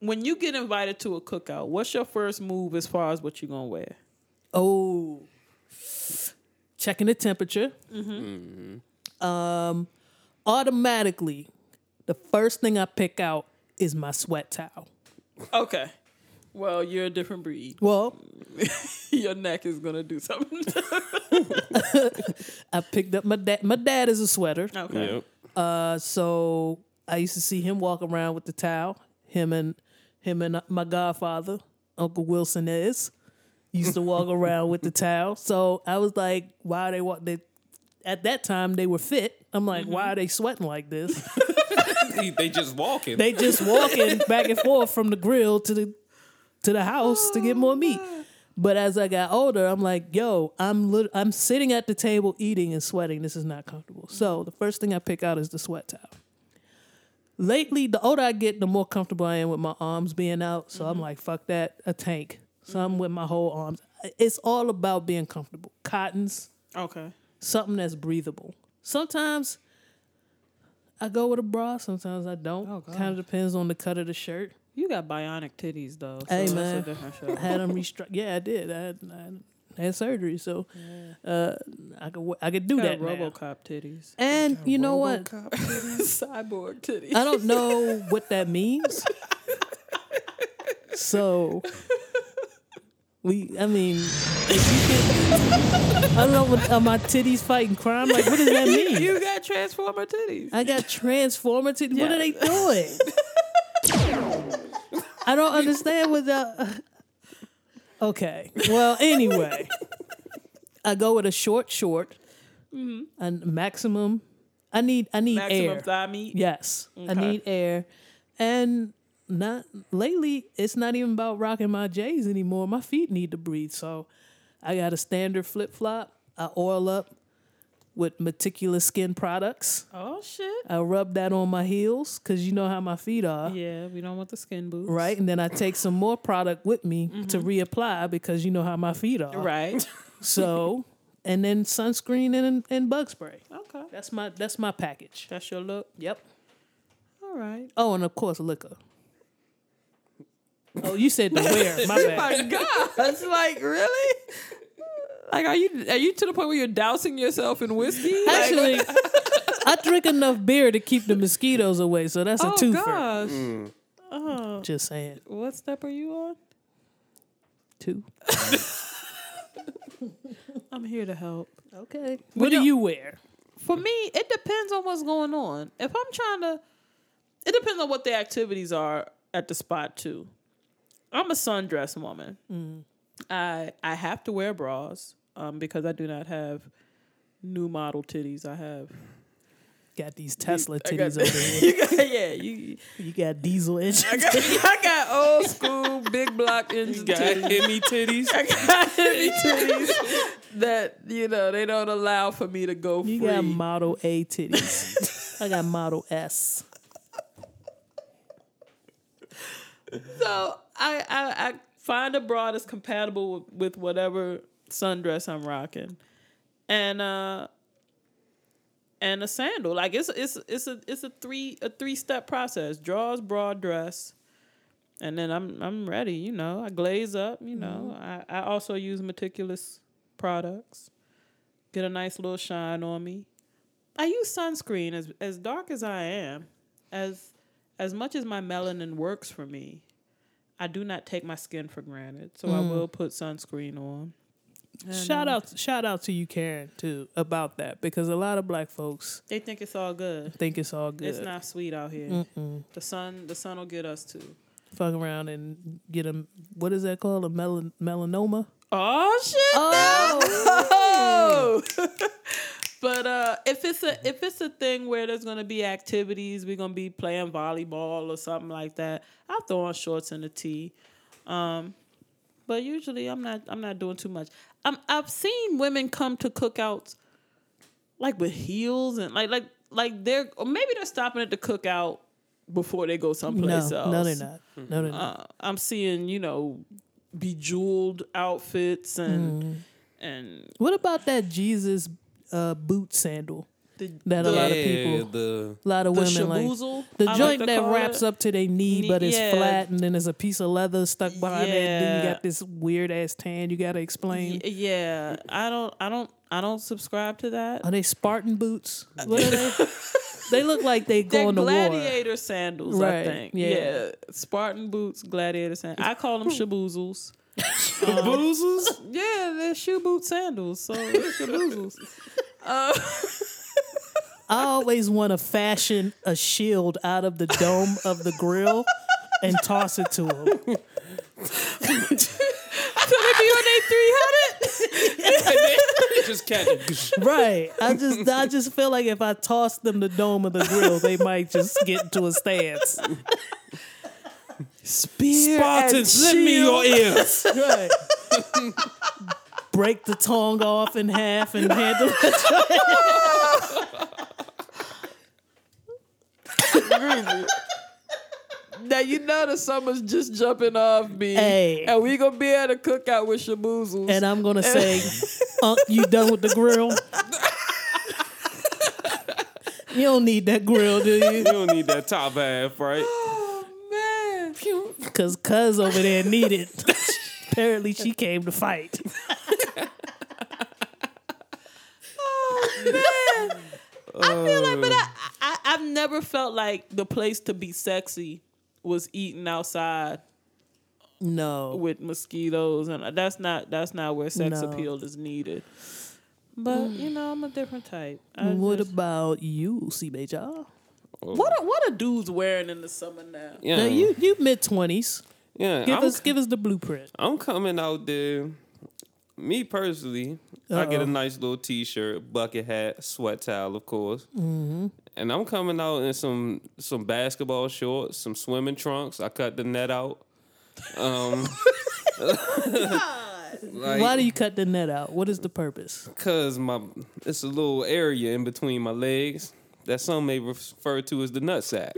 B: when you get invited to a cookout, what's your first move as far as what you're gonna wear?
A: Oh, checking the temperature. Um, Mm-hmm. automatically, the first thing I pick out is my sweat towel.
B: Okay. Well, you're a different breed. <laughs>
A: Well,
B: Your neck is gonna do something.
A: I picked up my dad. My dad is a sweater,
B: <laughs> okay.
C: Yep.
A: uh, so I used to see him walk around with the towel. Him and him and my godfather, Uncle Wilson, is used to <laughs> walk around with the towel. So I was like, why they walk? They at that time they were fit. I'm like, why are they sweating like this?
C: They- they just walking.
A: they just walking back and forth from the grill to the to the house to get more meat. But as I got older, I'm like, yo, I'm lit- I'm sitting at the table eating and sweating. This is not comfortable. So the first thing I pick out is the sweat towel. Lately, the older I get, the more comfortable I am with my arms being out. So I'm like, fuck that, a tank. So I'm with my whole arms. It's all about being comfortable. Cottons,
B: Okay.
A: something that's breathable. Sometimes I go with a bra, sometimes I don't. kind of depends on the cut of the shirt.
B: You got bionic titties though. So
A: Hey,
B: that's
A: man.
B: a different
A: <laughs>
B: show.
A: I had them restruct. Yeah, I did. I had, I had surgery, so uh, I could wa- I could do
B: You got
A: that. now.
B: RoboCop titties.
A: And you know what?
B: <laughs> Cyborg titties.
A: I don't know what that means. So we, I mean, if you can, I don't know. What, are my titties fighting crime? Like, what does that mean?
B: You got Transformer titties.
A: I got transformer titties. What are they doing? I don't uh, understand what the. Okay. Well, anyway, I go with a short short, and maximum. I need I need
B: Maximum
A: air.
B: thigh meat.
A: Yes, I need air, and not lately. It's not even about rocking my J's anymore. My feet need to breathe, so I got a standard flip flop. I oil up with meticulous skin products.
B: Oh shit.
A: I rub that on my heels because you know how my feet are.
B: Yeah, we don't want the skin boots.
A: Right, and then I take some more product with me to reapply because you know how my feet are.
B: <laughs> Mm-hmm. Right. <laughs>
A: So, and then sunscreen and and bug spray.
B: okay.
A: That's my that's my package.
B: That's your look.
A: Yep.
B: All right.
A: Oh, and of course liquor. Oh, you said the where?
B: <laughs>
A: My bad.
B: Oh my
A: <laughs>
B: god. That's like really? Like are you are you to the point where you're dousing yourself in whiskey? Like-
A: Actually, I drink enough beer to keep the mosquitoes away, so that's a
B: oh
A: twofer. Mm.
B: gosh.
A: Just saying,
B: What step are you on?
A: two.
B: I'm here to help.
A: Okay. What do you wear?
B: For me, it depends on what's going on. If I'm trying to it depends on what the activities are at the spot too. I'm a sundress woman. I I have to wear bras um, because I do not have new model titties. I have <laughs>
A: Got these Tesla
B: I got-
A: titties over here.
B: you got, yeah, you
A: You got
B: <laughs>
A: diesel engines.
B: I got, I got old school big block engine
C: Got
B: titties.
C: Emmy titties.
B: I got heavy titties that you know they don't allow for me to go
A: You
B: free.
A: got model A titties.
B: <laughs>
A: I got model S.
B: so I, I I find a bra that's compatible with, with whatever sundress I'm rocking, and uh, and a sandal. Like it's it's it's a it's a three a three step process: draws, bra, dress, and then I'm I'm ready. You know, I glaze up. You know, I, I also use meticulous products. Get a nice little shine on me. I use sunscreen as as dark as I am, as as much as my melanin works for me, I do not take my skin for granted. So I will put sunscreen on.
A: Shout out, shout out to you, Karen, too, about that because a lot of black folks
B: They think it's all good.
A: think it's all good.
B: It's not sweet out here. The sun, the sun will get us too.
A: Fuck around and get a what is that called? A melan- melanoma?
B: Oh shit! <laughs> Oh. but uh, if it's a if it's a thing where there's gonna be activities, we're gonna be playing volleyball or something like that. I'll throw on shorts and a tee. Um, but usually I'm not I'm not doing too much. I'm I've seen women come to cookouts like with heels and like like like they're or maybe they're stopping at the cookout before they go someplace
A: no,
B: else.
A: no, they're not. No, they're not.
B: Uh, I'm seeing you know bejeweled outfits and
A: Mm-hmm.
B: and
A: What about that Jesus uh, boot sandal?
B: the,
A: That a
B: the,
A: lot of
C: yeah,
A: people-
C: <laughs> The
A: A lot of
B: the
A: women like
B: shaboozle,
A: the
B: I like
A: joint
B: to
A: that
B: call
A: wraps
B: it.
A: up to their knee,
B: Knee-
A: but it's
B: yeah.
A: flat, and then there's a piece of leather stuck behind it. Then you
B: Yeah.
A: got this weird ass tan. You got to explain.
B: Y- yeah, I don't, I don't, I don't subscribe to that.
A: Are they Spartan boots? What are they? they look like they go
B: They're
A: on the war.
B: gladiator sandals,
A: Right,
B: I think.
A: yeah.
B: Yeah. Spartan boots, gladiator sandals.
A: <laughs>
B: I call them shaboozles.
C: boozles.
B: Yeah, they're shoe boot sandals, so they're <laughs> shaboozles. Uh,
A: I always want to fashion a shield out of the dome of the grill and toss it to him.
B: I thought it'd be when they 300.
C: Just catch it.
A: Right. I just I just feel like if I toss them the dome of the grill, they might just get into a stance. Spear
C: Spartans, lend me your ears.
A: Right. Break the tongue off in half and handle it.
B: <laughs> Now you know the summer's just jumping off me,
A: Hey.
B: and we gonna be at a cookout with shaboozles.
A: And I'm gonna say, Unc, you done with the grill? you don't need that grill, do you?
C: You don't need that top half, right?
B: oh man,
A: Cause cuz over there need it. Apparently she came to fight.
B: oh man. I feel like, but I, I, I've never felt like the place to be sexy was eating outside
A: No.
B: with mosquitoes, and that's not that's not where sex
A: No.
B: appeal is needed. But you know, I'm a different type. I
A: What
B: just-
A: about you, C
C: Oh.
A: Major?
B: what are, what are dudes wearing in the summer now?
C: <gasps> Yeah,
A: Now you you mid twenties.
C: yeah.
A: Give
C: I'm,
A: us give us the blueprint.
C: I'm coming out there. Me personally, I get a nice little t-shirt, bucket hat, sweat towel, of course.
A: Mm-hmm.
C: And I'm coming out in some some basketball shorts, some swimming trunks. I cut the net out. Um, like,
A: Why do you cut the net out? What is the purpose?
C: Cause my it's a little area in between my legs that some may refer to as the nutsack.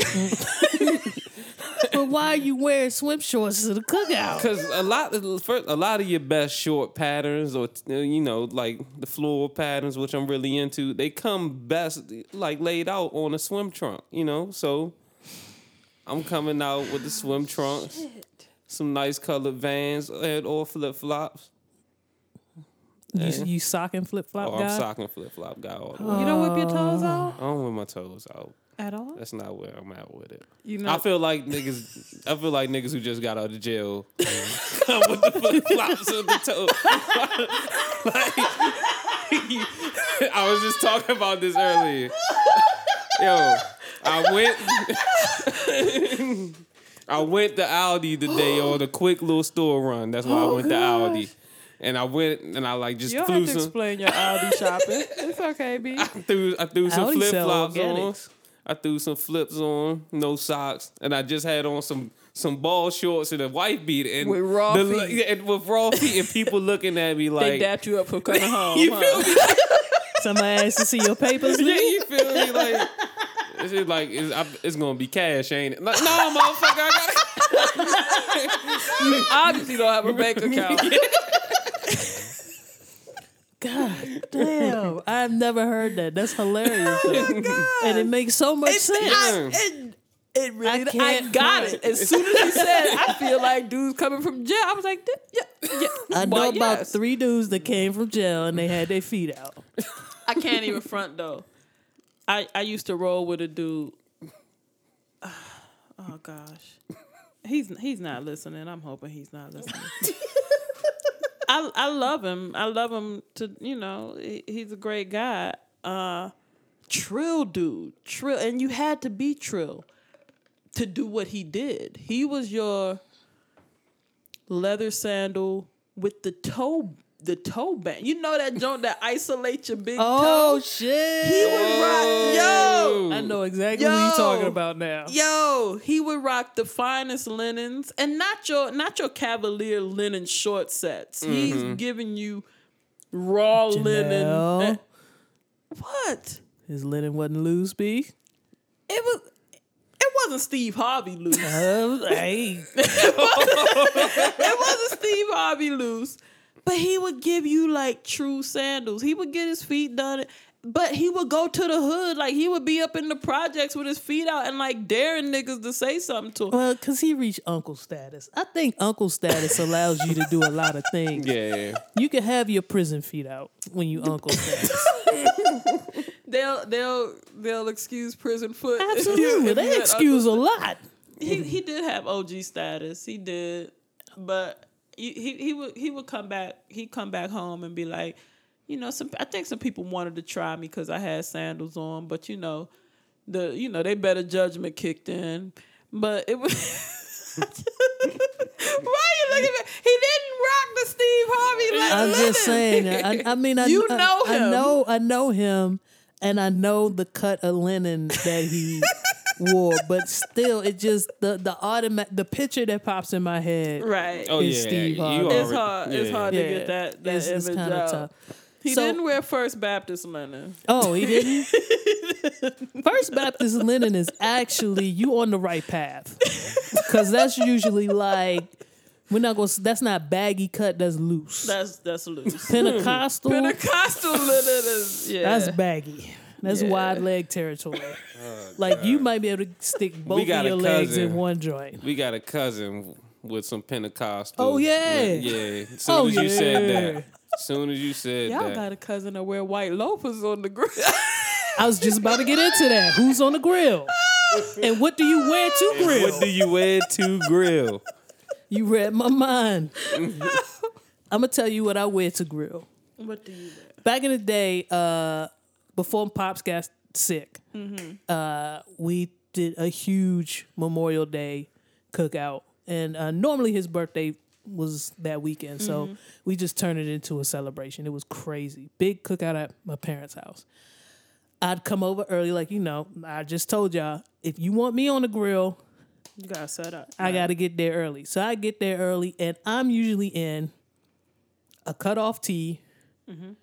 A: But why are you wearing swim shorts to the cookout?
C: Cause a lot of first, a lot of your best short patterns or uh, you know like the floral patterns, which I'm really into, they come best like laid out on a swim trunk. You know, so I'm coming out with the swim trunks, some nice colored Vans and or flip flops.
A: You, you sock and flip flop
C: Oh,
A: guy.
C: I'm socking flip flop guy all the way.
B: You don't whip your toes out
C: I don't wear my toes out.
B: at all.
C: That's not where I'm at with it.
B: Uh-huh. You
C: I
B: know,
C: feel like niggas. I feel like niggas who just got out
B: <laughs>
C: of jail <laughs> come with the flip flops on the toe. <laughs> like, <laughs> I was just talking about this earlier. Yo, I went. <laughs> I went to Aldi today on a quick little store run.
B: <gasps>
C: That's why I went to Aldi, and I went and I like just
B: Oh, you don't
C: threw
B: have to
C: some
B: explain your Aldi shopping. It's okay, B.
C: threw I threw some
A: Aldi
C: flip
A: sell
C: flops on.
A: organics.
C: I threw some flips on, no socks, and I just had on some some ball shorts and a white beat and
B: With raw
C: the,
B: feet.
C: yeah, and with raw feet and
A: <laughs>
C: people looking at me
B: They
C: like
B: dapped you up for coming home.
C: you
B: huh?
C: feel me?
A: Somebody asked to see your papers.
C: <laughs> <laughs> Yeah, you feel me? Like it's just like it's, I, it's gonna be cash, ain't it? Like, no, motherfucker, I gotta. <laughs>
B: You obviously don't have a bank account.
A: God <laughs> damn! I've never heard that. That's hilarious, though. and it makes so much sense.
B: I, it, it really, I,
A: can't
B: got
A: find-
B: it. As soon as he said, I feel like dudes coming from jail. I was like, "Th- yeah, yeah.
A: I know
B: Well,
A: about
B: yes.
A: three dudes that came from jail and they had their feet out.
B: I can't even front though. I I used to roll with a dude. <sighs> Oh gosh, he's he's not listening. I'm hoping he's not listening. I I love him. I love him to you know he, he's a great guy. Uh, trill dude, trill, and you had to be trill to do what he did. He was your leather sandal with the toe the toe band. You know that joint that isolates your big
A: Oh,
B: toe.
A: shit!
B: He would rock, yo,
A: I know exactly what you're talking
B: Yo.
A: about now.
B: yo. He would rock the finest linens, and not your not your cavalier linen short sets. He's giving you raw linen. Eh,
A: Janelle.
B: What?
A: His linen wasn't loose, B.
B: It was. It wasn't Steve Harvey loose.
A: <laughs>
B: it
A: Uh, hey,
B: wasn't Steve Harvey loose. But he would give you like true sandals. He would get his feet done. But he would go to the hood. Like he would be up in the projects with his feet out and like daring niggas to say something to him.
A: well, because he reached uncle status. I think uncle status allows you to do a lot of things.
C: Yeah,
A: You can have your prison feet out when <laughs> you uncle status.
B: they'll they'll they'll excuse prison foot. <laughs> if you-
A: Absolutely,
B: if you
A: they
B: had
A: excuse a lot.
B: other- He he did have OG status. He did, but he he, he would he would come back. He come back home and be like, you know, some I think some people wanted to try me because I had sandals on, but you know, the you know they better judgment kicked in. But it was. <laughs> Why you looking at me? He didn't rock the Steve Harvey. Like,
A: I'm
B: linen.
A: just saying. I, I mean, I,
B: You
A: I-
B: know
A: I,
B: him.
A: know. I know him, and I know the cut of linen that he wore. But still, it just the the automatic the picture that pops in my head.
B: <laughs> Right.
C: oh yeah,
A: It's Steve
C: you
A: Harvey.
C: already-
B: It's hard. It's
C: yeah.
B: hard
A: Yeah,
B: to get that that
A: it's, it's
B: image
A: kind
B: out.
A: of tough.
B: He
A: So-
B: didn't wear First Baptist linen.
A: Oh, he
B: <laughs>
A: didn't. First Baptist linen is actually you on the right path because that's usually like we're not going. to That's not baggy cut. That's loose.
B: That's that's loose.
A: Pentecostal.
B: <laughs> Hmm. Pentecostal linen is yeah.
A: That's baggy. That's
B: Yeah.
A: wide leg
C: <laughs>
A: territory. like you might be able to stick both of
C: Oh, got a
A: your legs in
C: cousin.
A: one joint.
C: we got a cousin with some Pentecostal.
A: Oh, yeah.
C: yeah. As soon
A: Oh,
C: as you said
A: yeah.
C: that, as soon as you said
B: Y'all
C: that,
B: got a cousin that wear white loafers on the grill.
A: I was just about to get into that. Who's on the grill? And what do you wear
C: <laughs>
A: to grill?
C: what do you wear to grill?
A: you read my
C: <laughs>
A: mind. <laughs> I'm gonna tell you what I wear to grill.
B: <laughs> what do you wear?
A: Back in the day, uh, before pops got sick, uh, we did a huge Memorial Day cookout, and uh, normally his birthday was that weekend. So we just turned it into a celebration. It was crazy. Big cookout at my parents' house. I'd come over early, like you know. I just told y'all if you want me on the grill,
B: You gotta set up.
A: I got to get there early. So I get there early, and I'm usually in a cutoff tee,
B: Mm-hmm.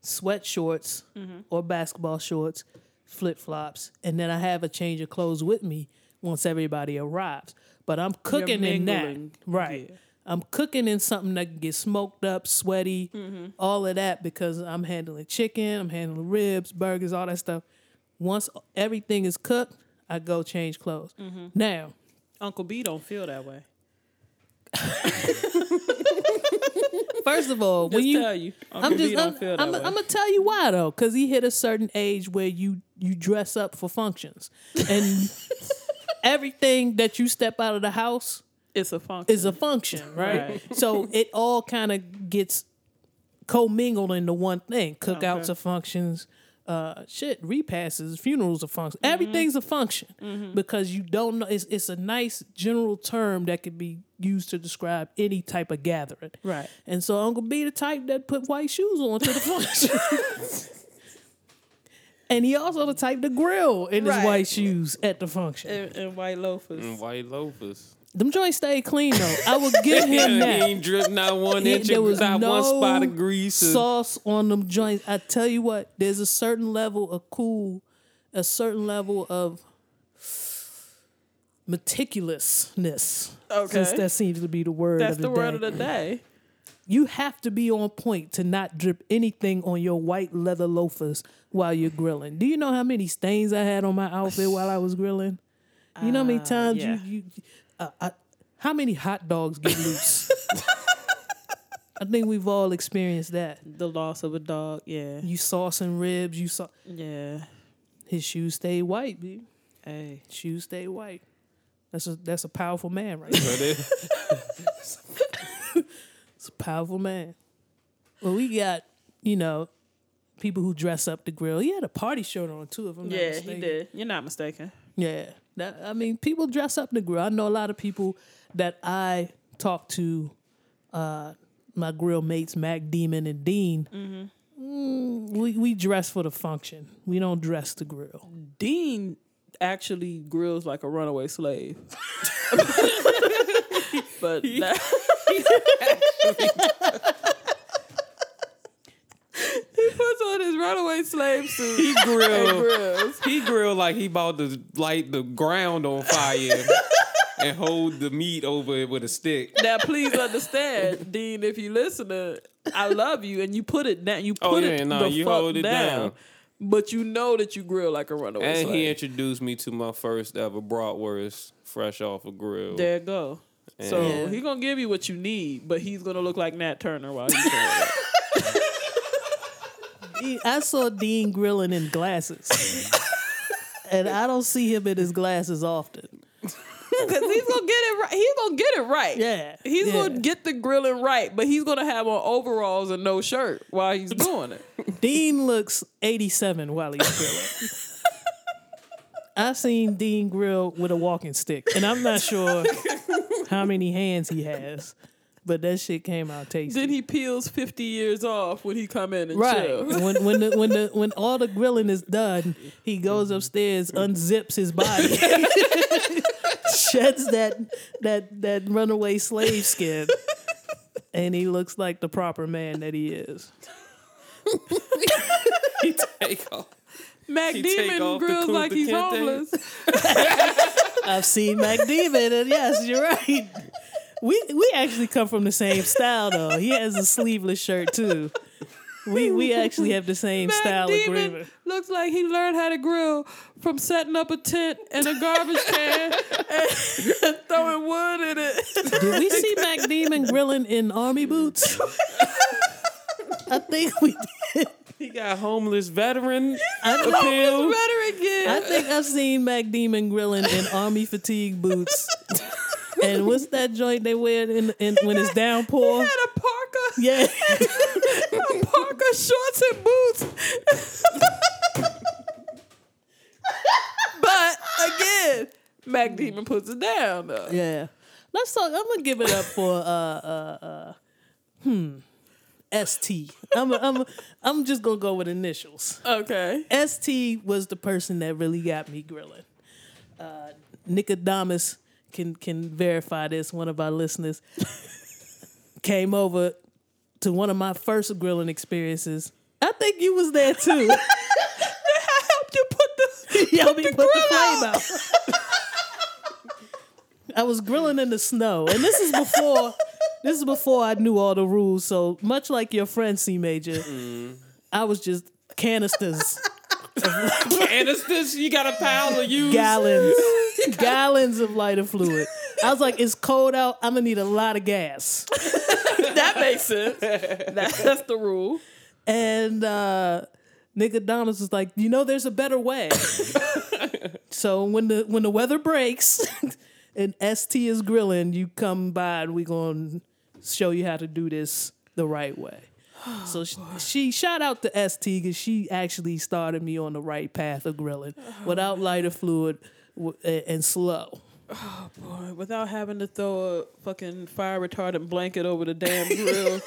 A: sweat shorts or basketball shorts, flip flops, and then I have a change of clothes with me once everybody arrives. But I'm cooking in that,
B: mingling.
A: right?
B: Yeah.
A: I'm cooking in something that can get smoked up, sweaty,
B: Mm-hmm.
A: all of that because I'm handling chicken, I'm handling ribs, burgers, all that stuff. Once everything is cooked, I go change clothes.
B: Mm-hmm.
A: Now,
B: Uncle B don't feel that way.
A: First of all, when
B: Just
A: you,
B: tell you, Uncle
A: I'm
B: B
A: just,
B: don't
A: I'm,
B: feel that
A: I'm,
B: way.
A: I'm gonna tell you why though, because he hit a certain age where you you dress up for functions, and
B: <laughs>
A: everything that you step out of the house
B: it's a function.
A: is a function, right?
B: Right.
A: so it all kind of gets commingled into one thing. Cookouts
B: Okay.
A: are functions. Uh, shit, repasses, funerals are functions. Everything's a function
B: Mm-hmm.
A: because you don't know. It's, it's a nice general term that could be used to describe any type of gathering.
B: Right.
A: And so Uncle B the type that put white shoes on to the function. <laughs> and he also the type to grill in his
B: Right. Uh,
A: white shoes at the function.
B: and, and white loafers.
A: Mm.
C: White loafers.
A: Them joints stay clean though. I would give
B: <laughs>
A: him
C: he
A: that.
C: ain't dripped not one
A: He-
C: inch.
A: there was
C: not one
A: no
C: spot of grease. and-
A: Sauce on them joints. I tell you what, there's a certain level of cool, a certain level of meticulousness.
B: Okay.
A: Since that seems to be the word.
B: That's
A: of
B: the,
A: the,
B: word
A: day.
B: of the day.
A: You have to be on point to not drip anything on your white leather loafers while you're grilling. Do you know how many stains I had on my outfit while I was grilling? You know how many times
B: yeah.
A: you, you uh, I, how many hot dogs get loose? <laughs> I think we've all experienced that.
B: The loss of a dog. Yeah.
A: You saucing ribs, you saw
B: Yeah.
A: his shoes stay white, B.
B: Hey.
A: Shoes stay white. That's a that's a powerful man right there.
C: <laughs> But it-
A: It's a powerful man. Well, we got, you know, people who dress up the grill. He had a party shirt on too, if I'm not
B: Yeah,
A: mistaken.
B: he did. You're not mistaken.
A: Yeah. That, I mean, people dress up the grill. I know a lot of people that I talk to, uh, my grill mates, Mac Demon and Dean. Mm-hmm. Mm, we, we dress for the function. We don't dress the grill.
B: Dean actually grills like a runaway
C: <laughs>
B: slave. but that, he puts on his runaway slave suit.
C: he grilled.
B: Grills.
C: he grilled like he about to light the ground on fire and hold the meat over it with a stick.
B: Now, please understand, Dean, if you listening, I love you, and you put it down. You put
C: Oh, yeah,
B: it
C: no,
B: the
C: you
B: fuck
C: hold it
B: down,
C: down.
B: But you know that you grill like a runaway
C: And he
B: slave.
C: introduced me to my first ever bratwurst, fresh off a grill.
B: There it go. So
C: Yeah.
B: he gonna give you what you need, but he's gonna look like Nat Turner while
C: <laughs>
B: he's doing it.
A: He- I saw Dean grilling in glasses. <laughs> and I don't see him in his glasses often.
B: Cause he's gonna get it right. He's gonna get it right.
A: Yeah,
B: He's
A: yeah.
B: gonna get the grilling right, but he's gonna have on overalls and no shirt while he's
A: <laughs>
B: doing it.
A: Dean looks 87 while he's grilling. I seen Dean grill with a walking stick, and I'm not sure how many hands he has, but that shit came out tasty.
B: then he peels fifty years off when he come in and
A: right <laughs>
B: chill.
A: when when the, when the when all the grilling is done, he goes upstairs, unzips his body, <laughs> sheds that that that runaway slave skin, and he looks like the proper man that he is.
C: he take off.
B: Mac
C: He take
B: Demon
C: off the
B: grills
C: Kunta
B: like he's
C: Kinte.
B: homeless.
A: I've seen Mac Demon, and yes, you're right. We we actually come from the same style though. He has a sleeveless shirt too. We we actually have the same
B: Mac
A: <laughs> style
B: Demon
A: agreement.
B: looks like he learned how to grill from setting up a tent and a
A: <laughs>
B: garbage can and, and <laughs> throwing wood in it.
A: Did we see Mac Demon grilling in army boots? I think we did.
C: He got homeless veteran
A: I know.
C: appeal.
B: Rhetoric again.
A: Oh. I think I've seen Mac Demon grilling in army fatigue boots. And what's that joint they wear in, in when it's downpour?
B: he had a parka.
A: Yeah.
B: a parka, shorts, and boots. but again, Mac Demon puts it down though.
A: Yeah. Let's talk. I'm gonna give it up for uh uh uh hmm ST. I'm a, I'm a, I'm just gonna go with initials.
B: Okay.
A: ST was the person that really got me grilling. Uh, Nicodemus can can verify this. One of our listeners <laughs> came over to one of my first grilling experiences. I think you was there <laughs> too.
B: Help you put the
A: You helped me put the
B: grill
A: flame out. I was grilling in the snow, and this is before this is before I knew all the rules. So much like your friend C Major, Mm-hmm. I was just canisters.
C: and it's this you got a pile of you.
A: gallons, gallons of lighter fluid. I was like, it's cold out. I'm gonna need a lot of gas.
B: That makes sense. That, <laughs> that's the rule.
A: And uh, Nicodemus was like, you know, there's a better way. so when the when the weather breaks <laughs> and ST is grilling, you come by and we gonna show you how to do this the right way. So she, she shout out to ST because she actually started me on the right path of grilling without lighter fluid w- a- and slow.
B: Boy, without having to throw a fucking fire retardant blanket over the damn grill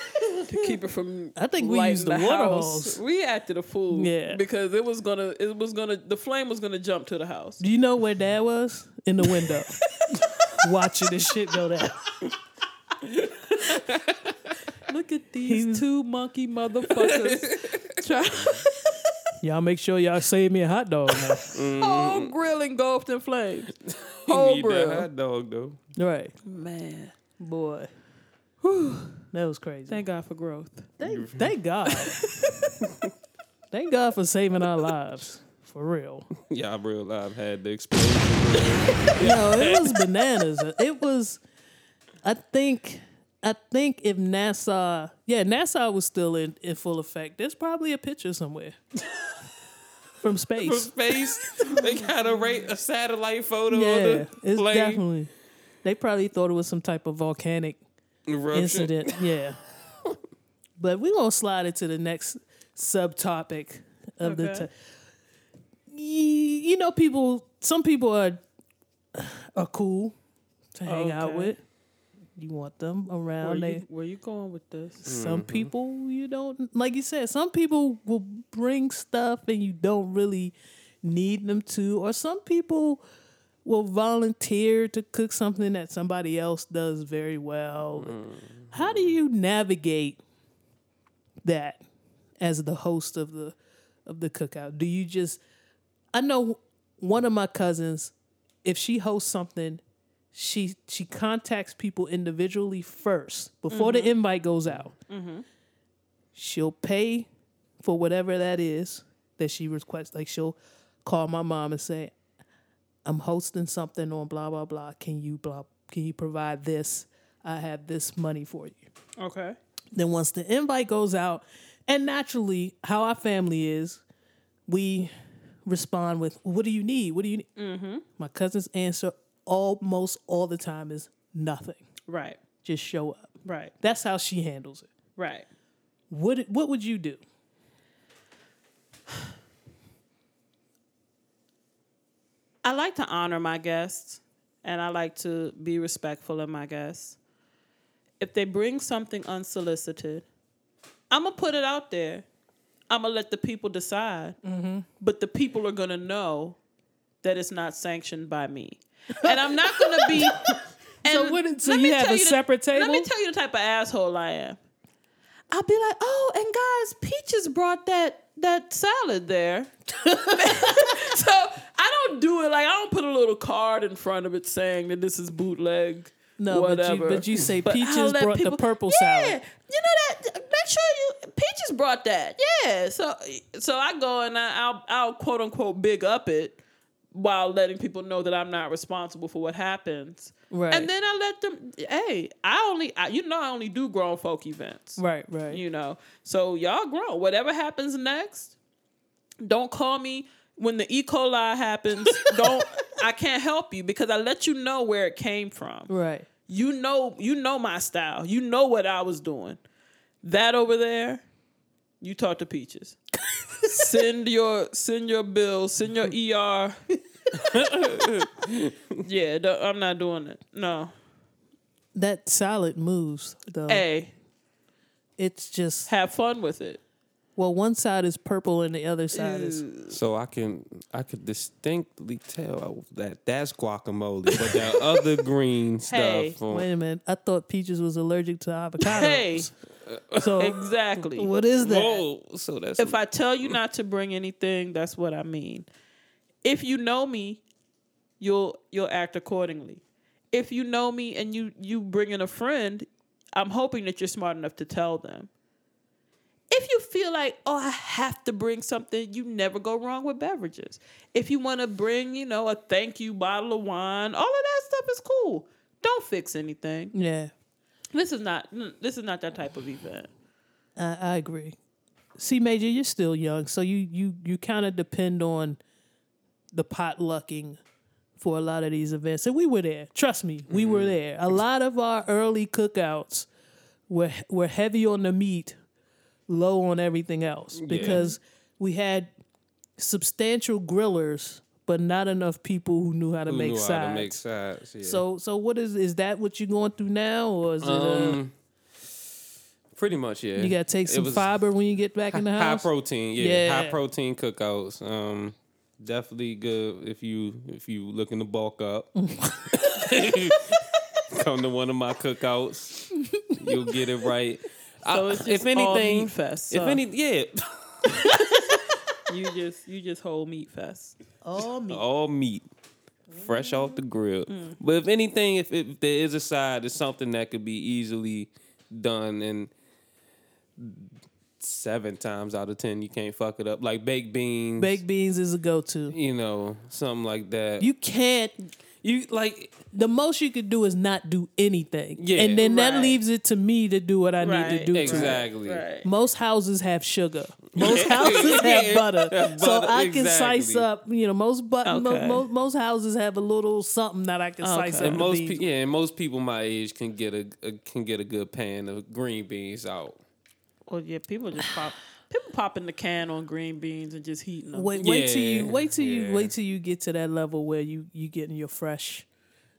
B: to keep it from.
A: I think we
B: lighting
A: used
B: the
A: the water
B: house.
A: hose.
B: We acted a fool.
A: Yeah.
B: Because it was gonna, it was gonna, the flame was gonna jump to the house.
A: Do you know where dad was? In the window. <laughs> Watching this shit go down.
B: Look at these two monkey motherfuckers. Try-
A: Y'all make sure y'all save me a hot dog now.
B: Whole grill engulfed in flames.
C: You
B: Whole
C: Mm, need that
B: grill.
C: hot dog though.
A: right.
B: Man,
A: Boy. That was crazy.
B: thank God for growth.
A: Thank, thank <laughs> God. thank God for saving our lives. For <laughs> real.
C: Y'all real live had the explosion.
A: No, it was bananas. It was I think I think if NASA yeah, NASA was still in, in full effect. There's probably a picture <laughs> somewhere. From <laughs>
C: from
A: space.
C: space. they got a rate a satellite photo
A: Yeah,
C: of the
A: it's
C: plane
A: definitely. They probably thought it was some type of volcanic
C: eruption.
A: incident. Yeah, but we gonna slide into the next subtopic of the.
B: Okay.
A: T- Y- you know, people. Some people are are cool to hang out
B: Okay.
A: with. You want them
B: Where
A: around. They,
B: you, where you going with this?
A: some people you don't like. You said some people will bring stuff and you don't really need them to, or some people will volunteer to cook something that somebody else does very well. How do you navigate that as the host of the of the cookout? Do you just I know one of my cousins, if she hosts something, she she contacts people individually first before the invite goes out. She'll pay for whatever that is that she requests. Like she'll call my mom and say, "I'm hosting something on blah blah blah. Can you blah? Can you provide this? I have this money for you."
B: Okay.
A: Then once the invite goes out, and naturally, how our family is, we respond with, "What do you need? What do you need?" Mm-hmm. My cousin's answer almost all the time is nothing.
B: Right.
A: Just show up.
B: Right.
A: That's how she handles it.
B: Right.
A: What What would you do?
B: I like to honor my guests and I like to be respectful of my guests. If they bring something unsolicited, I'm going to put it out there. I'm going to let the people decide. But the people are going to know that it's not sanctioned by me. And I'm not going <laughs> to be. And
A: So what- so
B: let
A: you
B: me
A: have
B: tell
A: a
B: the-
A: separate
B: Let me
A: table?
B: tell you the type of asshole I am. I'll be like, oh, and guys, Peaches brought that that salad there. <laughs> So I don't do it like I don't put a little card in front of it saying that this is bootleg.
A: No,
B: whatever.
A: but you but you say
B: I'll
A: peaches
B: let
A: brought
B: people-
A: the purple
B: yeah,
A: salad.
B: You know that. Make sure you peaches brought that. Yeah. So so I go and I, I'll I'll quote unquote big up it while letting people know that I'm not responsible for what happens.
A: Right.
B: And then I let them. Hey, I only I, you know I only do grown folk events.
A: Right, right.
B: You know, so y'all grown. Whatever happens next, don't call me when the E. coli happens. don't I can't help you because I let you know where it came from.
A: right.
B: You know, you know my style. You know what I was doing. That over there, you talk to Peaches. send your send your bill. Send your E ER. yeah, no, I'm not doing it. No,
A: that salad moves though.
B: Hey,
A: It's just
B: have fun with it.
A: well, one side is purple and the other side is
C: So I can I could distinctly tell that that's guacamole, but that <laughs> other green stuff.
B: Hey,
C: on-
A: Wait a minute. I thought peaches was allergic to avocados.
B: Hey,
A: So
B: exactly.
A: what is that?
C: Whoa, Oh, so that's
B: If I tell you not to bring anything, that's what I mean. If you know me, you'll you'll act accordingly. If you know me and you you bring in a friend, I'm hoping that you're smart enough to tell them. If you feel like, oh, I have to bring something, you never go wrong with beverages. If you want to bring, you know, a thank you bottle of wine, all of that stuff is cool. Don't fix anything.
A: Yeah,
B: This is not this is not that type of event.
A: I, I agree. See, Major, you're still young, so you you you kind of depend on the potlucking for a lot of these events, and we were there. Trust me, we
C: Mm-hmm.
A: were there. A lot of our early cookouts were were heavy on the meat, low on everything else, because we had substantial grillers, but not enough people who knew how to
C: who
A: make
C: knew
A: sides.
C: how to make sides. Yeah.
A: So so what is is that what you're going through now or is it uh,
C: Um, pretty much, yeah.
A: you gotta take
C: It
A: some
C: was
A: fiber when you get back in the
C: <laughs> high
A: house?
C: protein, yeah,
A: Yeah.
C: High protein cookouts. Um, definitely good if you if you looking to
A: <laughs>
C: bulk up. <laughs> Come to one of my cookouts, you'll get it right.
B: So
C: I-
B: it's
C: if
B: just all
C: anything, uh,
B: meat fest,
C: if
B: so.
C: any, yeah,
B: You just you just whole meat fest.
A: oh me.
C: all meat, fresh off the grill. But if anything, if, if there is a side, it's something that could be easily done, and seven times out of ten, you can't fuck it up. Like baked beans,
A: Baked beans is a go to.
C: you know, something like that.
A: You can't
C: you like
A: the most you could do is not do anything.
C: Yeah.
A: and then that
B: Right.
A: leaves it to me to do what I need to
B: Right,
A: do. to it.
C: exactly.
B: Right.
A: Most houses have
C: <laughs>
A: sugar. Most houses have butter. So
C: butter,
A: I can size
C: exactly.
A: up, you know, most but
B: Okay.
A: most, most houses have a little something that I can slice
B: Okay.
A: up.
C: And
A: the
C: most
A: beans.
C: pe- yeah, and most people my age can get a, a can get a good pan of green beans out.
B: Well, yeah, people just pop people popping the can on green beans and just heating them.
A: Wait, wait till you
C: Yeah,
A: wait till you
C: yeah.
A: wait till you get to that level where you you getting your fresh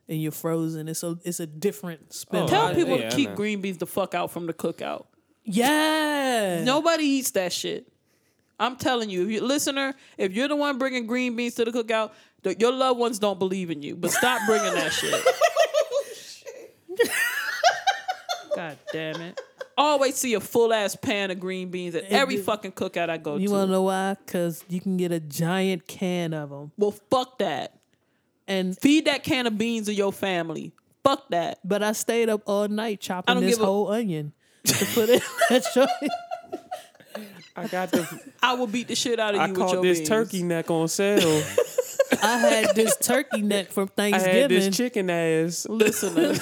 A: and your frozen. It's a it's a different spin.
C: Oh,
B: Tell
C: I-
B: people
C: yeah, I
B: to keep
C: know.
B: green beans the fuck out from the cookout.
A: yeah.
B: Nobody eats that shit. I'm telling you, if you listener, if you're the one bringing green beans to the cookout, th- your loved ones don't believe in you. But stop bringing
A: <laughs>
B: that shit. God damn it! Always see a full ass pan of green beans at every
A: do-
B: fucking cookout I go
A: You
B: to.
A: want to know why? Cuz you can get a giant can of them.
B: well, fuck that.
A: And
B: Feed that can of beans to your family. Fuck that.
A: but I stayed up all night chopping
B: don't
A: this
B: give a-
A: whole onion to put in that <laughs> joint.
C: I got the
B: I will beat the shit out of
C: I
B: you with
C: caught
B: your
C: this
B: beans.
C: turkey neck on sale.
A: I had this turkey neck from
C: I
A: Thanksgiving.
C: had this chicken ass.
B: Listeners,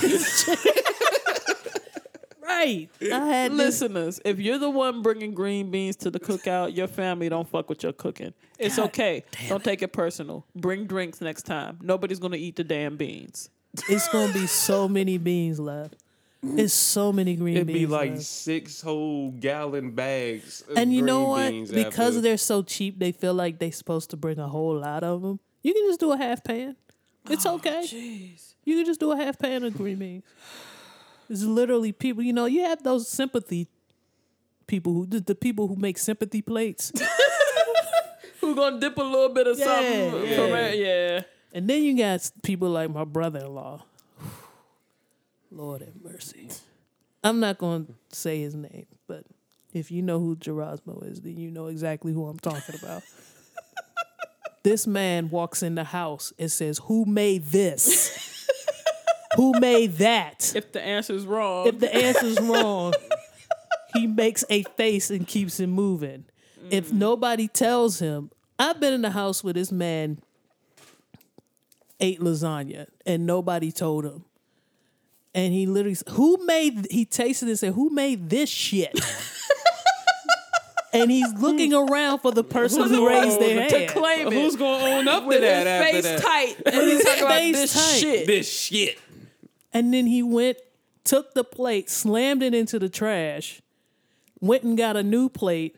A: right. I had this
B: listeners, if you're the one bringing green beans to the cookout, your family don't fuck with your cooking. It's okay. Don't take it personal. Bring drinks next time. Nobody's gonna eat the damn beans.
A: it's going to be so many beans left. It's so many green
C: It'd
A: beans.
C: be like
A: left.
C: six whole gallon bags. Of
A: and you know
C: green
A: what?
C: beans
A: Because
C: after.
A: they're so cheap, they feel like they're supposed to bring a whole lot of them. You can just do a half pan. It's
C: Oh,
A: okay. You can just do a half pan of green beans. It's literally people. You know, you have those sympathy people who the, the people who make sympathy <laughs> plates,
B: We're gonna dip a little bit of something.
A: Yeah.
B: Yeah. yeah.
A: and then you got people like my brother-in-law. Lord have mercy. I'm not going to say his name, but if you know who Gerasmo is, then you know exactly who I'm talking <laughs> about. this man walks in the house and says, Who made this? who made that?
B: If the answer's wrong,
A: If the answer's wrong, he makes a face and keeps it moving. If
B: Mm.
A: nobody tells him, I've been in the house where this man ate lasagna and nobody told him. And he literally, s- who made, he tasted it and said, who made this
B: <laughs>
A: shit? and he's looking around for the person who raised their
B: to
A: hand.
B: claim it.
C: who's gonna own up to
B: with
C: that after
B: his
C: that?
B: face <laughs> tight and he's
A: his
B: talking about
A: face
B: this
A: tight.
B: shit.
C: This shit.
A: And then he went, took the plate, slammed it into the trash, went and got a new plate,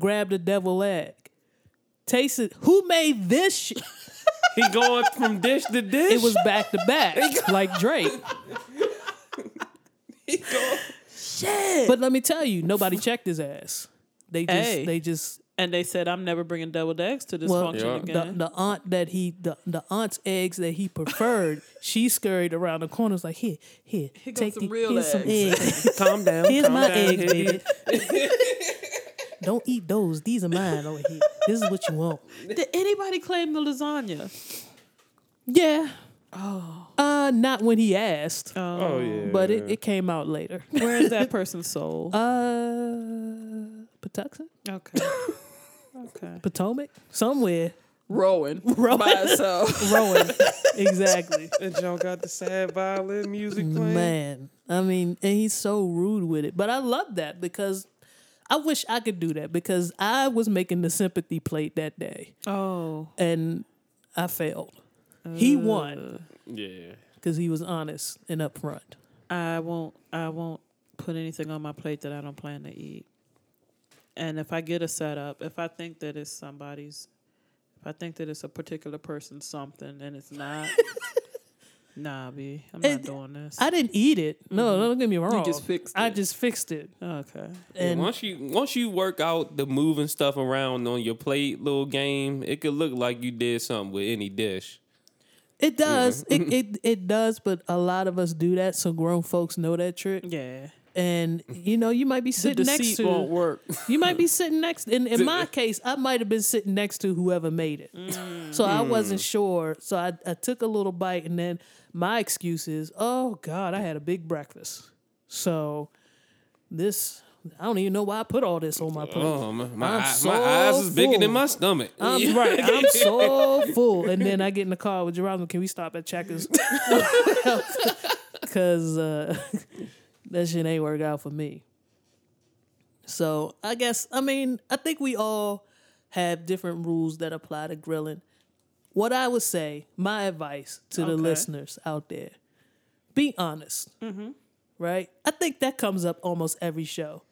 A: grabbed a devil egg, tasted. Who made this? Sh-?
C: He going from dish to
B: <laughs>
C: dish.
A: It was back to back, like Drake.
B: Shit.
A: But let me tell you, nobody checked his ass. They just
B: Hey.
A: they just
B: and they said, I'm never bringing deviled eggs to this
A: Well,
B: function
C: Yeah.
A: the,
B: again.
A: the aunt that he the, the aunt's eggs that he preferred, <laughs> she scurried around the corner was like, here, here,
B: Here goes
A: take
B: some
A: the,
B: real
A: here's some
B: eggs."
A: eggs.
C: Calm down.
A: Here's
C: calm
A: my
C: down,
A: eggs,
C: Hiddy.
A: baby. <laughs> Don't eat those. These are mine over here. This is what you want.
B: Did anybody claim the lasagna?
A: Yeah. Oh. Uh, not when he asked,
C: Oh yeah.
A: but it, it came out later. <laughs>
B: Where is <laughs> that person's soul?
A: Uh, Patuxent,
B: okay. okay.
A: Potomac, somewhere.
B: <laughs> Rowan.
A: Rowan.
B: itself.
A: Rowan. <laughs> exactly.
C: and John got the sad violin music playing.
A: Man, I mean, and he's so rude with it. But I love that because I wish I could do that because I was making the sympathy plate that day
B: <laughs> Oh.
A: and I failed. He won
C: <laughs> Yeah.
A: because he was honest and upfront.
B: I won't I won't put anything on my plate that I don't plan to eat. And if I get a setup, if I think that it's somebody's if I think that it's a particular person's something and it's <laughs> not Nah, B, I'm not
A: And
B: doing this.
A: I didn't eat it. No, don't get me wrong.
B: Mm-hmm. just fixed
A: I
B: it.
A: just fixed it.
B: okay.
C: Yeah,
A: And
C: once you once you work out the moving stuff around on your plate little game, it could look like you did something with any dish.
A: it does.
B: Mm-hmm.
A: It, it it does, but a lot of us do that, so grown folks know that trick.
B: Yeah.
A: And you know, you might be sitting next
B: Deceit won't
A: to
B: work.
A: you might be sitting next in, in my case, I might have been sitting next to whoever made it. So I wasn't sure. So I, I took a little bite and then my excuse is, oh God, I had a big breakfast. So this I don't even know why I put all this on my plate.
C: Oh my my,
A: I'm
C: eye-
A: so
C: my eyes is bigger
A: full.
C: than my stomach. <laughs>
A: I'm right. I'm so full. And then I get in the car with Geronimo. Can we stop at Checkers? <laughs> Because uh, <laughs> that shit ain't work out for me. So I guess, I mean, I think we all have different rules that apply to grilling. What I would say, my advice to the
B: Okay.
A: listeners out there be honest, right? I think that comes up almost every show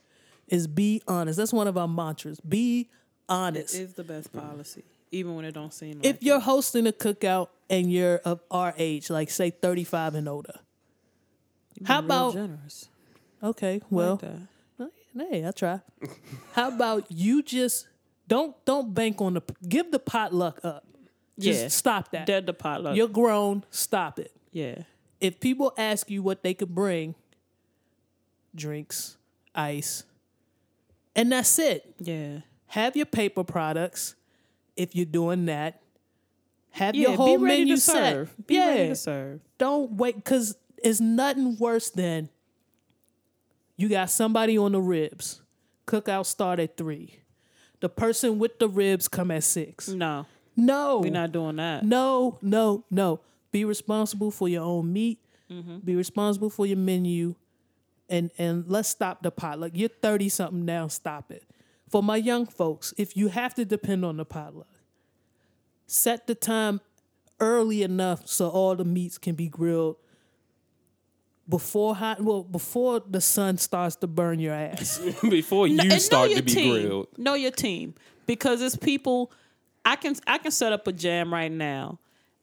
A: is be honest. That's one of our mantras. Be honest
B: Is the best policy. Even when it don't seem like
A: if you're hosting a cookout and you're of our age, like say 35 and older, how about
B: generous.
A: okay? Well,
B: that.
A: hey, I try. <laughs> how about you just don't don't bank on the give the potluck up. Just
B: Yeah.
A: stop that.
B: Dead the potluck.
A: You're grown. Stop it.
B: yeah.
A: If people ask you what they could bring, drinks, ice, and that's it.
B: Yeah.
A: have your paper products if you're doing that. Have
B: Yeah,
A: your whole
B: be ready
A: menu
B: to
A: set.
B: serve. Be
A: yeah,
B: ready to serve.
A: don't wait because it's nothing worse than you got somebody on the ribs. Cookout start at three. The person with the ribs come at six.
B: No.
A: No,
B: We're not doing that.
A: no, no, no. Be responsible for your own meat. Be responsible for your menu, and and let's stop the potluck. You're thirty something now. Stop it. For my young folks, if you have to depend on the potluck, set the time early enough so all the meats can be grilled before hot. Well, before the sun starts to burn your ass.
C: Before you
B: and know
C: start
B: your
C: to be
B: team.
C: grilled.
B: Know your team because it's people. I can I can set up a jam right now,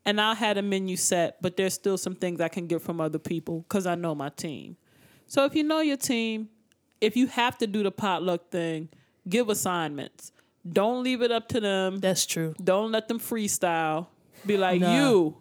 B: and I had a menu set, but there's still some things I can get from other people because I know my team. So if you know your team, if you have to do the potluck thing, give assignments. Don't leave it up to them.
A: That's true.
B: Don't let them freestyle. Be like
A: Nah.
B: you.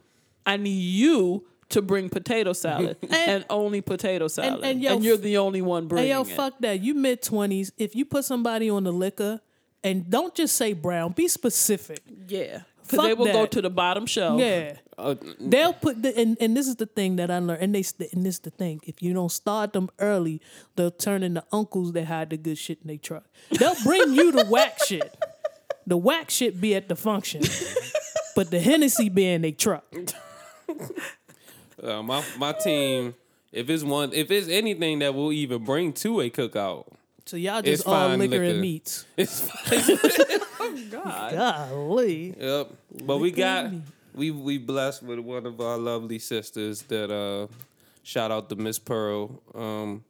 B: I need you to bring
A: <laughs>
B: potato salad and, only potato salad, and,
A: and yo,
B: you're the only one bringing
A: Hey yo,
B: it.
A: fuck that. You mid twenties. If you put somebody on the liquor, and don't just say brown. Be specific.
B: Yeah,
A: Fuck
B: because they will go
A: that.
B: to the bottom shelf.
A: Yeah,
C: Uh,
A: they'll put the and, and this is the thing that I learned. And they st- and this is the thing. If you don't start them early, they'll turn into uncles that hide the good shit in their truck. They'll bring you the whack shit. The whack shit be at the
C: <laughs>
A: function, but the Hennessy be in their truck.
C: uh, my my team, if it's one, if it's anything that we'll even bring to a cookout, <laughs>
A: So y'all
C: It's
A: just all
C: fine
A: liquor,
C: liquor.
A: and meats.
C: it's
A: Golly,
C: Yep. But we got we we blessed with one of our lovely sisters that uh shout out to Miss Pearl. Um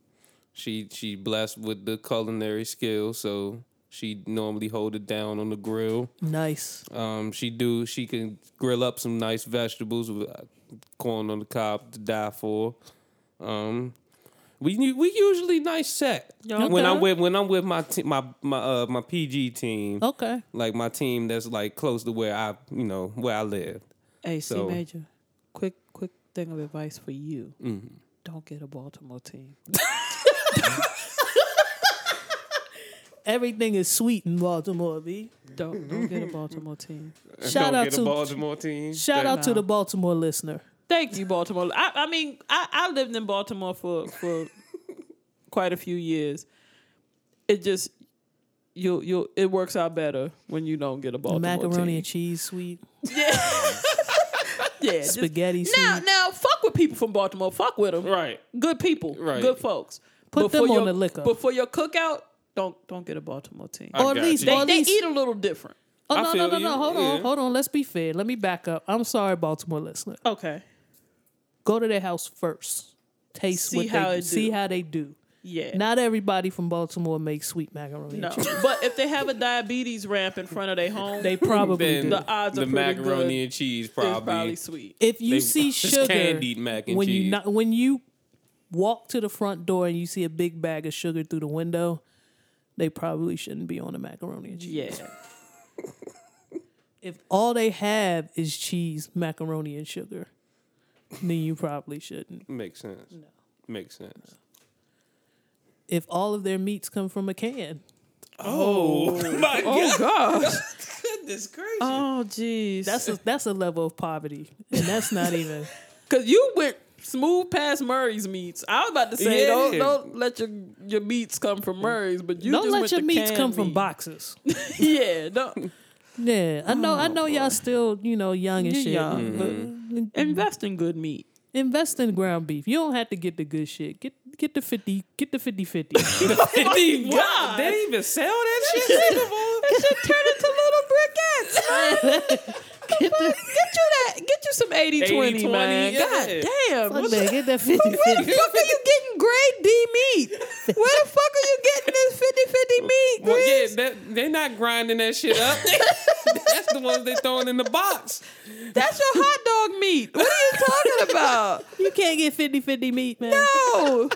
C: she she blessed with the culinary skill, so she normally hold it down on the grill.
A: nice.
C: Um she do she can grill up some nice vegetables with uh, corn on the cob to die for. Um We u- we usually nice set when
A: Okay.
C: I'm with when I'm with my te- my my uh, my PG team,
A: Okay.
C: like my team that's like close to where I you know where I live.
B: Hey, C
C: So-
B: Major, quick, quick thing of advice for you. Don't get a Baltimore team.
A: Everything is sweet in Baltimore, B.
B: Don't don't
A: <laughs>
B: get a Baltimore team.
A: Shout
C: Don't
A: out
C: get a uh,
A: to-
C: Baltimore team.
A: Shout
C: That-
A: out to the Baltimore listener.
B: Thank you, Baltimore. I, I mean, I, I lived in Baltimore for
C: <laughs>
B: for quite a few years. It just you you it works out better when you don't get a Baltimore
A: Macaroni
B: team.
A: and cheese sweet.
B: yeah, just-
A: Spaghetti sweet.
B: Now now fuck with people from Baltimore. Fuck with them.
C: Right.
B: Good people.
C: Right.
B: Good folks.
A: Put
B: But
A: them
B: for
A: on
B: your-
A: the liquor.
B: But for your cookout, don't don't get a Baltimore team.
C: I
A: Or at
C: got
A: least-
C: you.
A: or at
B: they
A: least-
B: eat a little different.
A: Oh
C: I
A: no, no,
C: feel
A: no,
C: you.
A: no. Hold on,
C: Yeah.
A: hold on. Let's be fair. Let me back up. I'm sorry, Baltimore listener.
B: Okay.
A: Go to their house first. Taste
B: See
A: what
B: how
A: they
B: it
A: do. see
B: do.
A: how they do.
B: Yeah.
A: Not everybody from Baltimore makes sweet macaroni.
B: no.
A: and cheese.
B: but if they have a diabetes ramp in front of their home,
A: They probably
C: Then
A: do.
B: The odds are
C: the
B: pretty
C: macaroni
B: good.
C: and cheese
B: it's
C: probably.
B: probably sweet.
A: if you
C: They-
A: see
C: <laughs> it's
A: sugar
C: candied mac and
A: when you
C: cheese.
A: not, when you walk to the front door and you see a big bag of sugar through the window, they probably shouldn't be on the macaroni and cheese.
B: Yeah.
A: If all they have is cheese, macaroni, and sugar, then you probably shouldn't.
C: Makes sense. Makes sense.
A: If all of their meats come from a can,
B: Oh
C: <laughs>
B: gosh.
C: That's crazy.
B: Oh jeez.
A: that's a, that's a level of poverty, and that's not even.
B: Cause you went smooth past Murray's meats. I was about to say
C: Yeah.
B: don't don't let your your meats come from Murray's, but <laughs> you
A: don't
B: just
A: let
B: went
A: your
B: to
A: meats
B: canned
A: come from
B: meat.
A: boxes.
B: <laughs> yeah, don't
A: Yeah, I know. I know y'all still you know young and
B: You're
A: shit.
B: Oh, young.
A: But
B: <laughs> invest in good <laughs> meat.
A: Invest in ground beef. You don't have to get the good shit. Get get the fifty. Get the 50
B: <laughs>
A: 50
C: They,
B: God. <laughs>
C: they even sell that shit. anymore?
B: Turn into little briquettes.
A: Get the
B: <laughs> Get you that. Get you some 80 20,
C: 80-20,
B: man.
C: yeah.
B: God damn.
A: fuck
B: What
A: that. Get that 50
B: <laughs> the fuck are you getting grade D <laughs> meat? Where the fuck are you getting this 50 50 meat?
C: Well,
B: Grizz?
C: yeah, that, they're not grinding that shit <laughs> up. That's the ones they throwing in the box.
B: That's your hot dog meat. What are you talking about?
A: You can't get 50 50 meat, man.
B: No.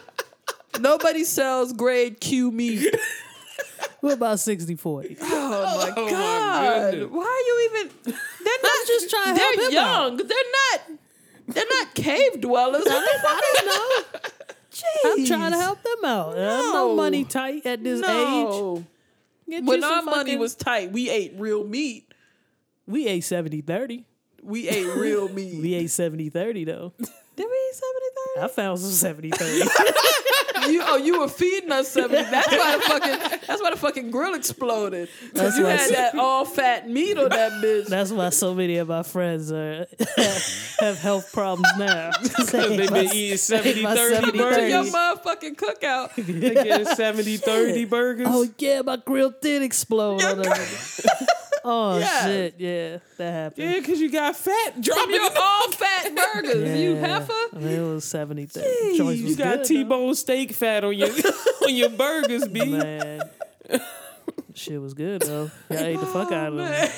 B: Nobody sells grade Q
A: <laughs>
B: meat.
A: What about 60 40?
B: Oh my
C: my
B: god!
C: goodness.
B: Why are you even? They're not
A: just trying to
B: They're
A: help him
B: young. They're not. They're not cave dwellers. What the fuck is-
A: I don't know. I'm trying to help them out. I'm no
B: No.
A: money tight at this age.
B: No.
A: Get you
B: When
A: some
B: our money
A: fucking-
B: was tight, we ate real meat.
A: We ate 70 30.
B: We
A: <laughs>
B: ate real meat.
A: We ate 70 30, though.
B: Did we eat seventy
A: I found some 70 30.
B: <laughs> thirty? You oh, you were feeding us seventy. That's why the fucking that's why the fucking grill exploded. 'Cause
A: That's
B: you
A: why I
B: had
A: said-
B: that all fat meat
A: <laughs>
B: on that bitch.
A: That's why so many of my friends are, <laughs> have health problems
B: <laughs>
A: now.
C: They've been eating 70
A: my
C: 30
A: 70,
B: to your
C: burgers.
B: motherfucking <laughs> cookout.
C: They getting 70 30 burgers.
A: <laughs> Oh yeah, my grill did explode.
B: Your
A: on that. <laughs> oh
B: <laughs> Yeah.
A: shit, yeah, that happened.
C: yeah, because you got fat.
B: From
C: Drop
B: your
C: your
B: <laughs> all fat burgers, you
A: Yeah.
B: heifer.
A: I mean, it was seventy thirty. Choice was
C: You got
A: good,
C: T-bone steak fat on your <laughs> on your burgers, B.
A: though. man. shit was good though. Y'all ate the fuck out of it.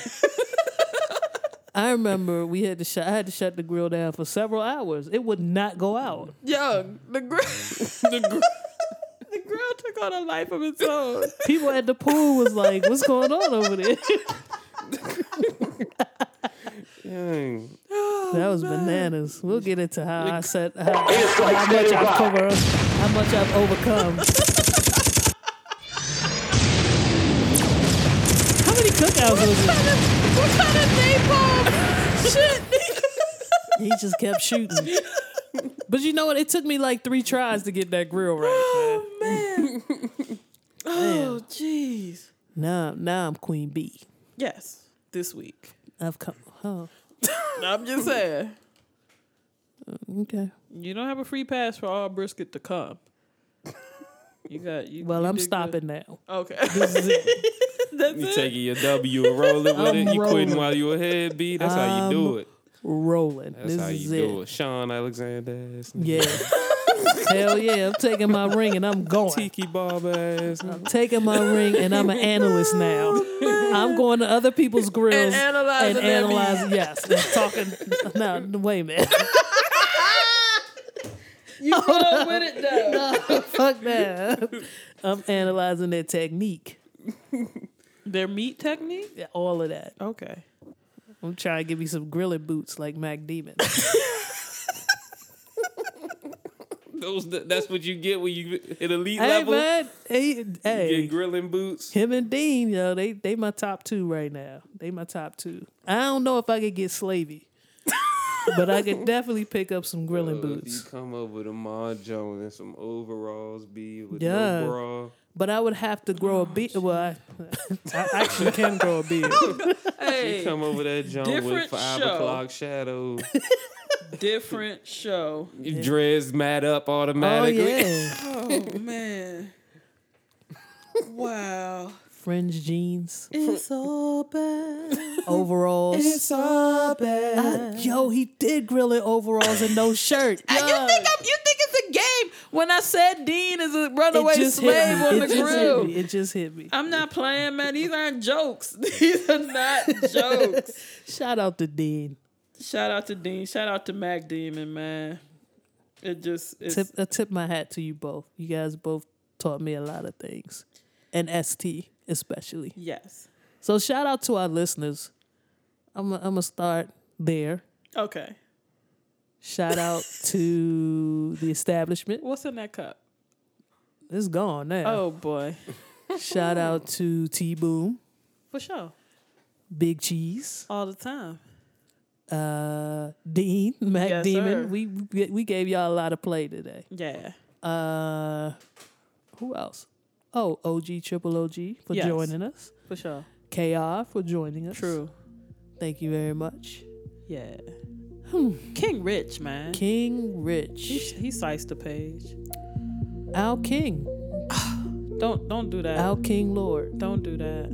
A: I remember we had to shut. I had to shut the grill down for several hours. It would not go out.
B: Young, the <laughs> grill, <laughs> the grill took on a life <laughs> of its own.
A: People at the pool was like, "What's going on over there?"
C: Dang.
A: That was bananas. We'll get into how I said how, how much I've covered, how much I've overcome. how many cookouts was it?
B: What kind of napalm? <laughs> Shit.
A: He just kept
B: <laughs>
A: shooting. But you know what? It took me like three tries to get that grill right.
B: <laughs> Man. Oh, jeez.
A: man. Now, now I'm Queen B.
B: Yes, this week.
A: I've come. Oh,
B: I'm just saying.
A: okay.
B: You don't have a free pass for all brisket to come. You got you.
A: Well,
B: you
A: I'm
B: did good.
A: stopping now.
B: Okay.
A: This is it.
B: That's
C: You
B: it.
C: taking your W and rolling with
A: I'm
C: it. You
A: rolling.
C: quitting while you ahead, B. That's how you do it.
A: Rolling.
C: That's
A: this
C: how
A: is
C: you
A: it.
C: do it. Sean Alexander ass. nigga.
A: Yeah.
C: <laughs>
A: Hell yeah! I'm taking my ring and I'm going.
C: Tiki Bob ass. nigga.
A: I'm taking my ring and I'm an analyst now.
B: <laughs>
A: I'm going to other people's grills
B: <laughs> And analyzing
A: and
B: their <laughs>
A: analyzing. Yes, and talking. No, wait a minute.
B: You roll with it
A: <laughs>
B: though.
A: Fuck that. I'm analyzing their technique,
B: Their meat technique?
A: Yeah, all of that.
B: Okay.
A: I'm trying to give me some grilling boots like Mac
B: <laughs>
A: Demon.
C: Those that's what you get when you at elite
A: hey
C: level.
A: man, hey,
C: You
A: hey.
C: get grilling boots.
A: him and Dean, yo, they they my top two right now. They my top two. I don't know if I could get
B: <laughs>
A: Slavy, but I could definitely pick up some grilling
C: Uh, if
A: boots.
C: You come up with a Ma Jones and some overalls, B with
A: Yeah.
C: no bra.
A: But I would have to grow a beard. Well, I, I <laughs> actually can grow a beard.
C: You come over that Jones with
B: different
C: five
B: show.
A: <laughs>
C: o'clock shadow.
B: Different show.
C: Dreads mat up
A: Oh
C: automatically.
A: yeah,
B: Oh man. Wow.
A: fringe jeans,
B: It's all bad.
A: overalls. Uh,
B: all bad.
A: Yo, he did grill it overalls and
B: <laughs>
A: no shirt.
B: You think I'm, you think it's a game? When I said Dean is a runaway slave on
A: It
B: the
A: just hit me.
B: grill.
A: It just hit me.
B: I'm not playing, man. These aren't jokes. <laughs> These are not jokes.
A: Shout out to Dean.
B: Shout out to Dean. Shout out to Mac Demon, man. It just it's,
A: Tip, I tip my hat to you both. You guys both taught me a lot of things, and ST especially.
B: yes.
A: So shout out to our listeners. I'm I'm gonna start there.
B: Okay.
A: Shout out to the establishment.
B: What's in that cup?
A: It's gone now.
B: Oh boy. Oh.
A: <laughs> Shout out to T Boom,
B: For sure.
A: Big Cheese,
B: All the time.
A: uh, Dean, Mac
B: Yes, sir.
A: Demon. We we we gave y'all a lot of play today.
B: Yeah.
A: Uh, who else? Oh, OG Triple OG for
B: Yes.
A: joining us.
B: For sure.
A: KR for joining us.
B: True.
A: Thank you very much.
B: Yeah. King Rich, man.
A: King
B: He,
A: Rich.
B: he sized the page.
A: Our King.
B: Don't don't do that.
A: Our King Lord.
B: Don't do that.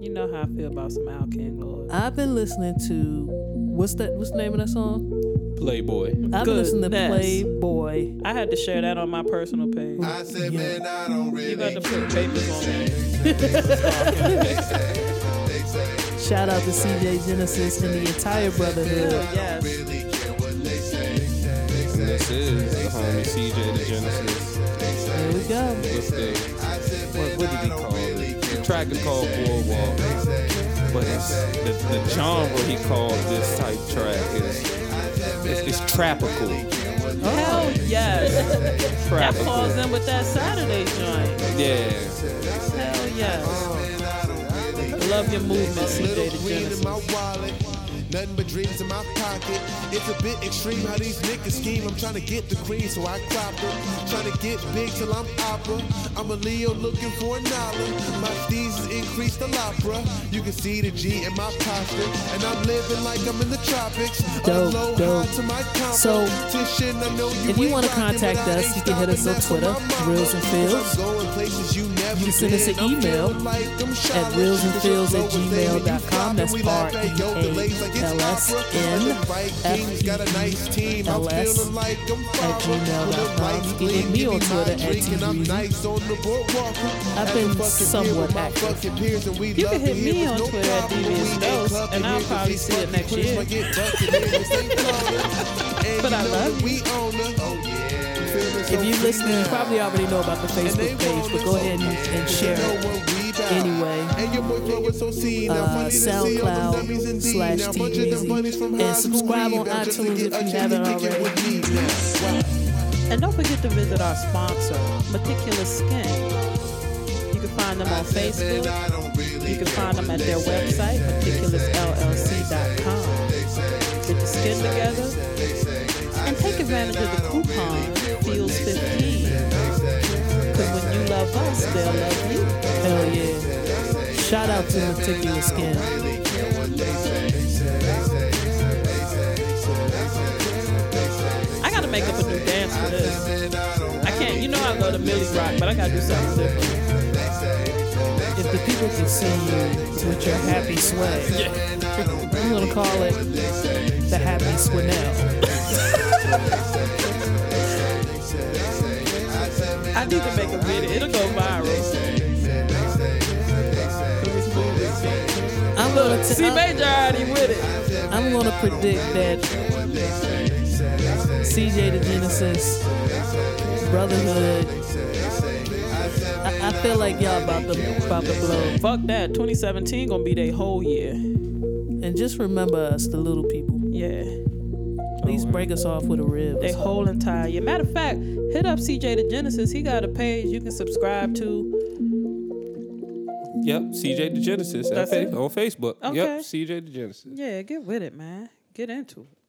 B: You know how I feel about some Al King Lord.
A: I've been listening to what's that what's the name of that song?
C: Playboy.
A: I've been listening to
B: Goodness.
A: Playboy.
B: I had to share that on my personal page.
F: I said, man, I don't
B: You got to
F: really.
B: put papers on that.
A: Shout out to CJ Genesis and the entire brotherhood.
B: Yes.
C: This is the homie CJ the Genesis.
A: Here we go.
C: What's the what, what did he call it? The track is called Boardwalk, but it's the, the genre he called this type track is it's, it's trapical.
B: Hell yes. that falls
C: Trapical.
B: in with that Saturday joint.
C: Yeah.
B: Hell yes. Love your movement, CJ the
F: Little weed in
B: Genesis.
F: my wallet. Nothing but dreams in my pocket. It's a bit extreme how these niggas scheme. I'm trying to get the green, so I crop it. Trying to get big till I'm opera. I'm a Leo looking for a dollar. My thesis increased a lot, bruh. You can see the G in my posture. And I'm living like I'm in the tropics.
A: Dope,
F: a low
A: dope.
F: high to my
A: So,
F: competition. I know you
A: if you
F: ain't
A: wanna
F: rocking, but
A: contact
F: I
A: us,
F: ain't
A: you can hit us on
F: stopping,
A: Twitter,
F: that's what my
A: Reels and
F: mama. 'Cause
A: Fields.
F: I'm going places You never
A: You can send us an
F: been. I'm
A: email
F: feeling like them
A: at reelsandfields at gmail.com. That's R E A L S N F E E L S.
F: at
A: gmail.com. You can hit me on Twitter at TGreezy.
F: I've been somewhat active.
B: You can hit me on Twitter at Devious Dose, and I'll probably see it next year.
F: but
B: I love
F: you.
A: If you're listening, you probably already know about the Facebook page, but go ahead and, and share it. Anyway.
F: uh,
A: SoundCloud slash TGreezy. And subscribe on iTunes if you haven't already.
B: And don't forget to visit our sponsor, Meticulous Skin. You can find them on Facebook. You can find them at their website, meticulousllc.com. Get your skin together and take advantage of the coupon FEELS15. Because when you love us, they'll love you.
A: Hell yeah. Shout out to Meticulous Skin.
B: I gotta make up a new dance for this. I can't, you know, I go to Millie Rock, but I gotta do something different.
A: If the people can see you with your happy sway, I'm going to call it the Happy Swinnell.
B: I need to make a video, it'll go viral.
A: I'm going to
B: See, Major already with it.
A: I'm gonna predict that CJ the Genesis brotherhood.
F: I,
A: I feel like y'all about to about to blow.
B: Fuck that. 2017 gonna be their whole year.
A: And just remember us, the little people.
B: Yeah.
A: Please break us off with a rib.
B: They whole entire year. Matter of fact, hit up CJ the Genesis. He got a page you can subscribe to.
C: Yep, CJ the Genesis.
B: That's
C: That's
B: it?
C: on Facebook.
B: Okay.
C: Yep, CJ the Genesis.
B: Yeah, get with it, man. Get into it.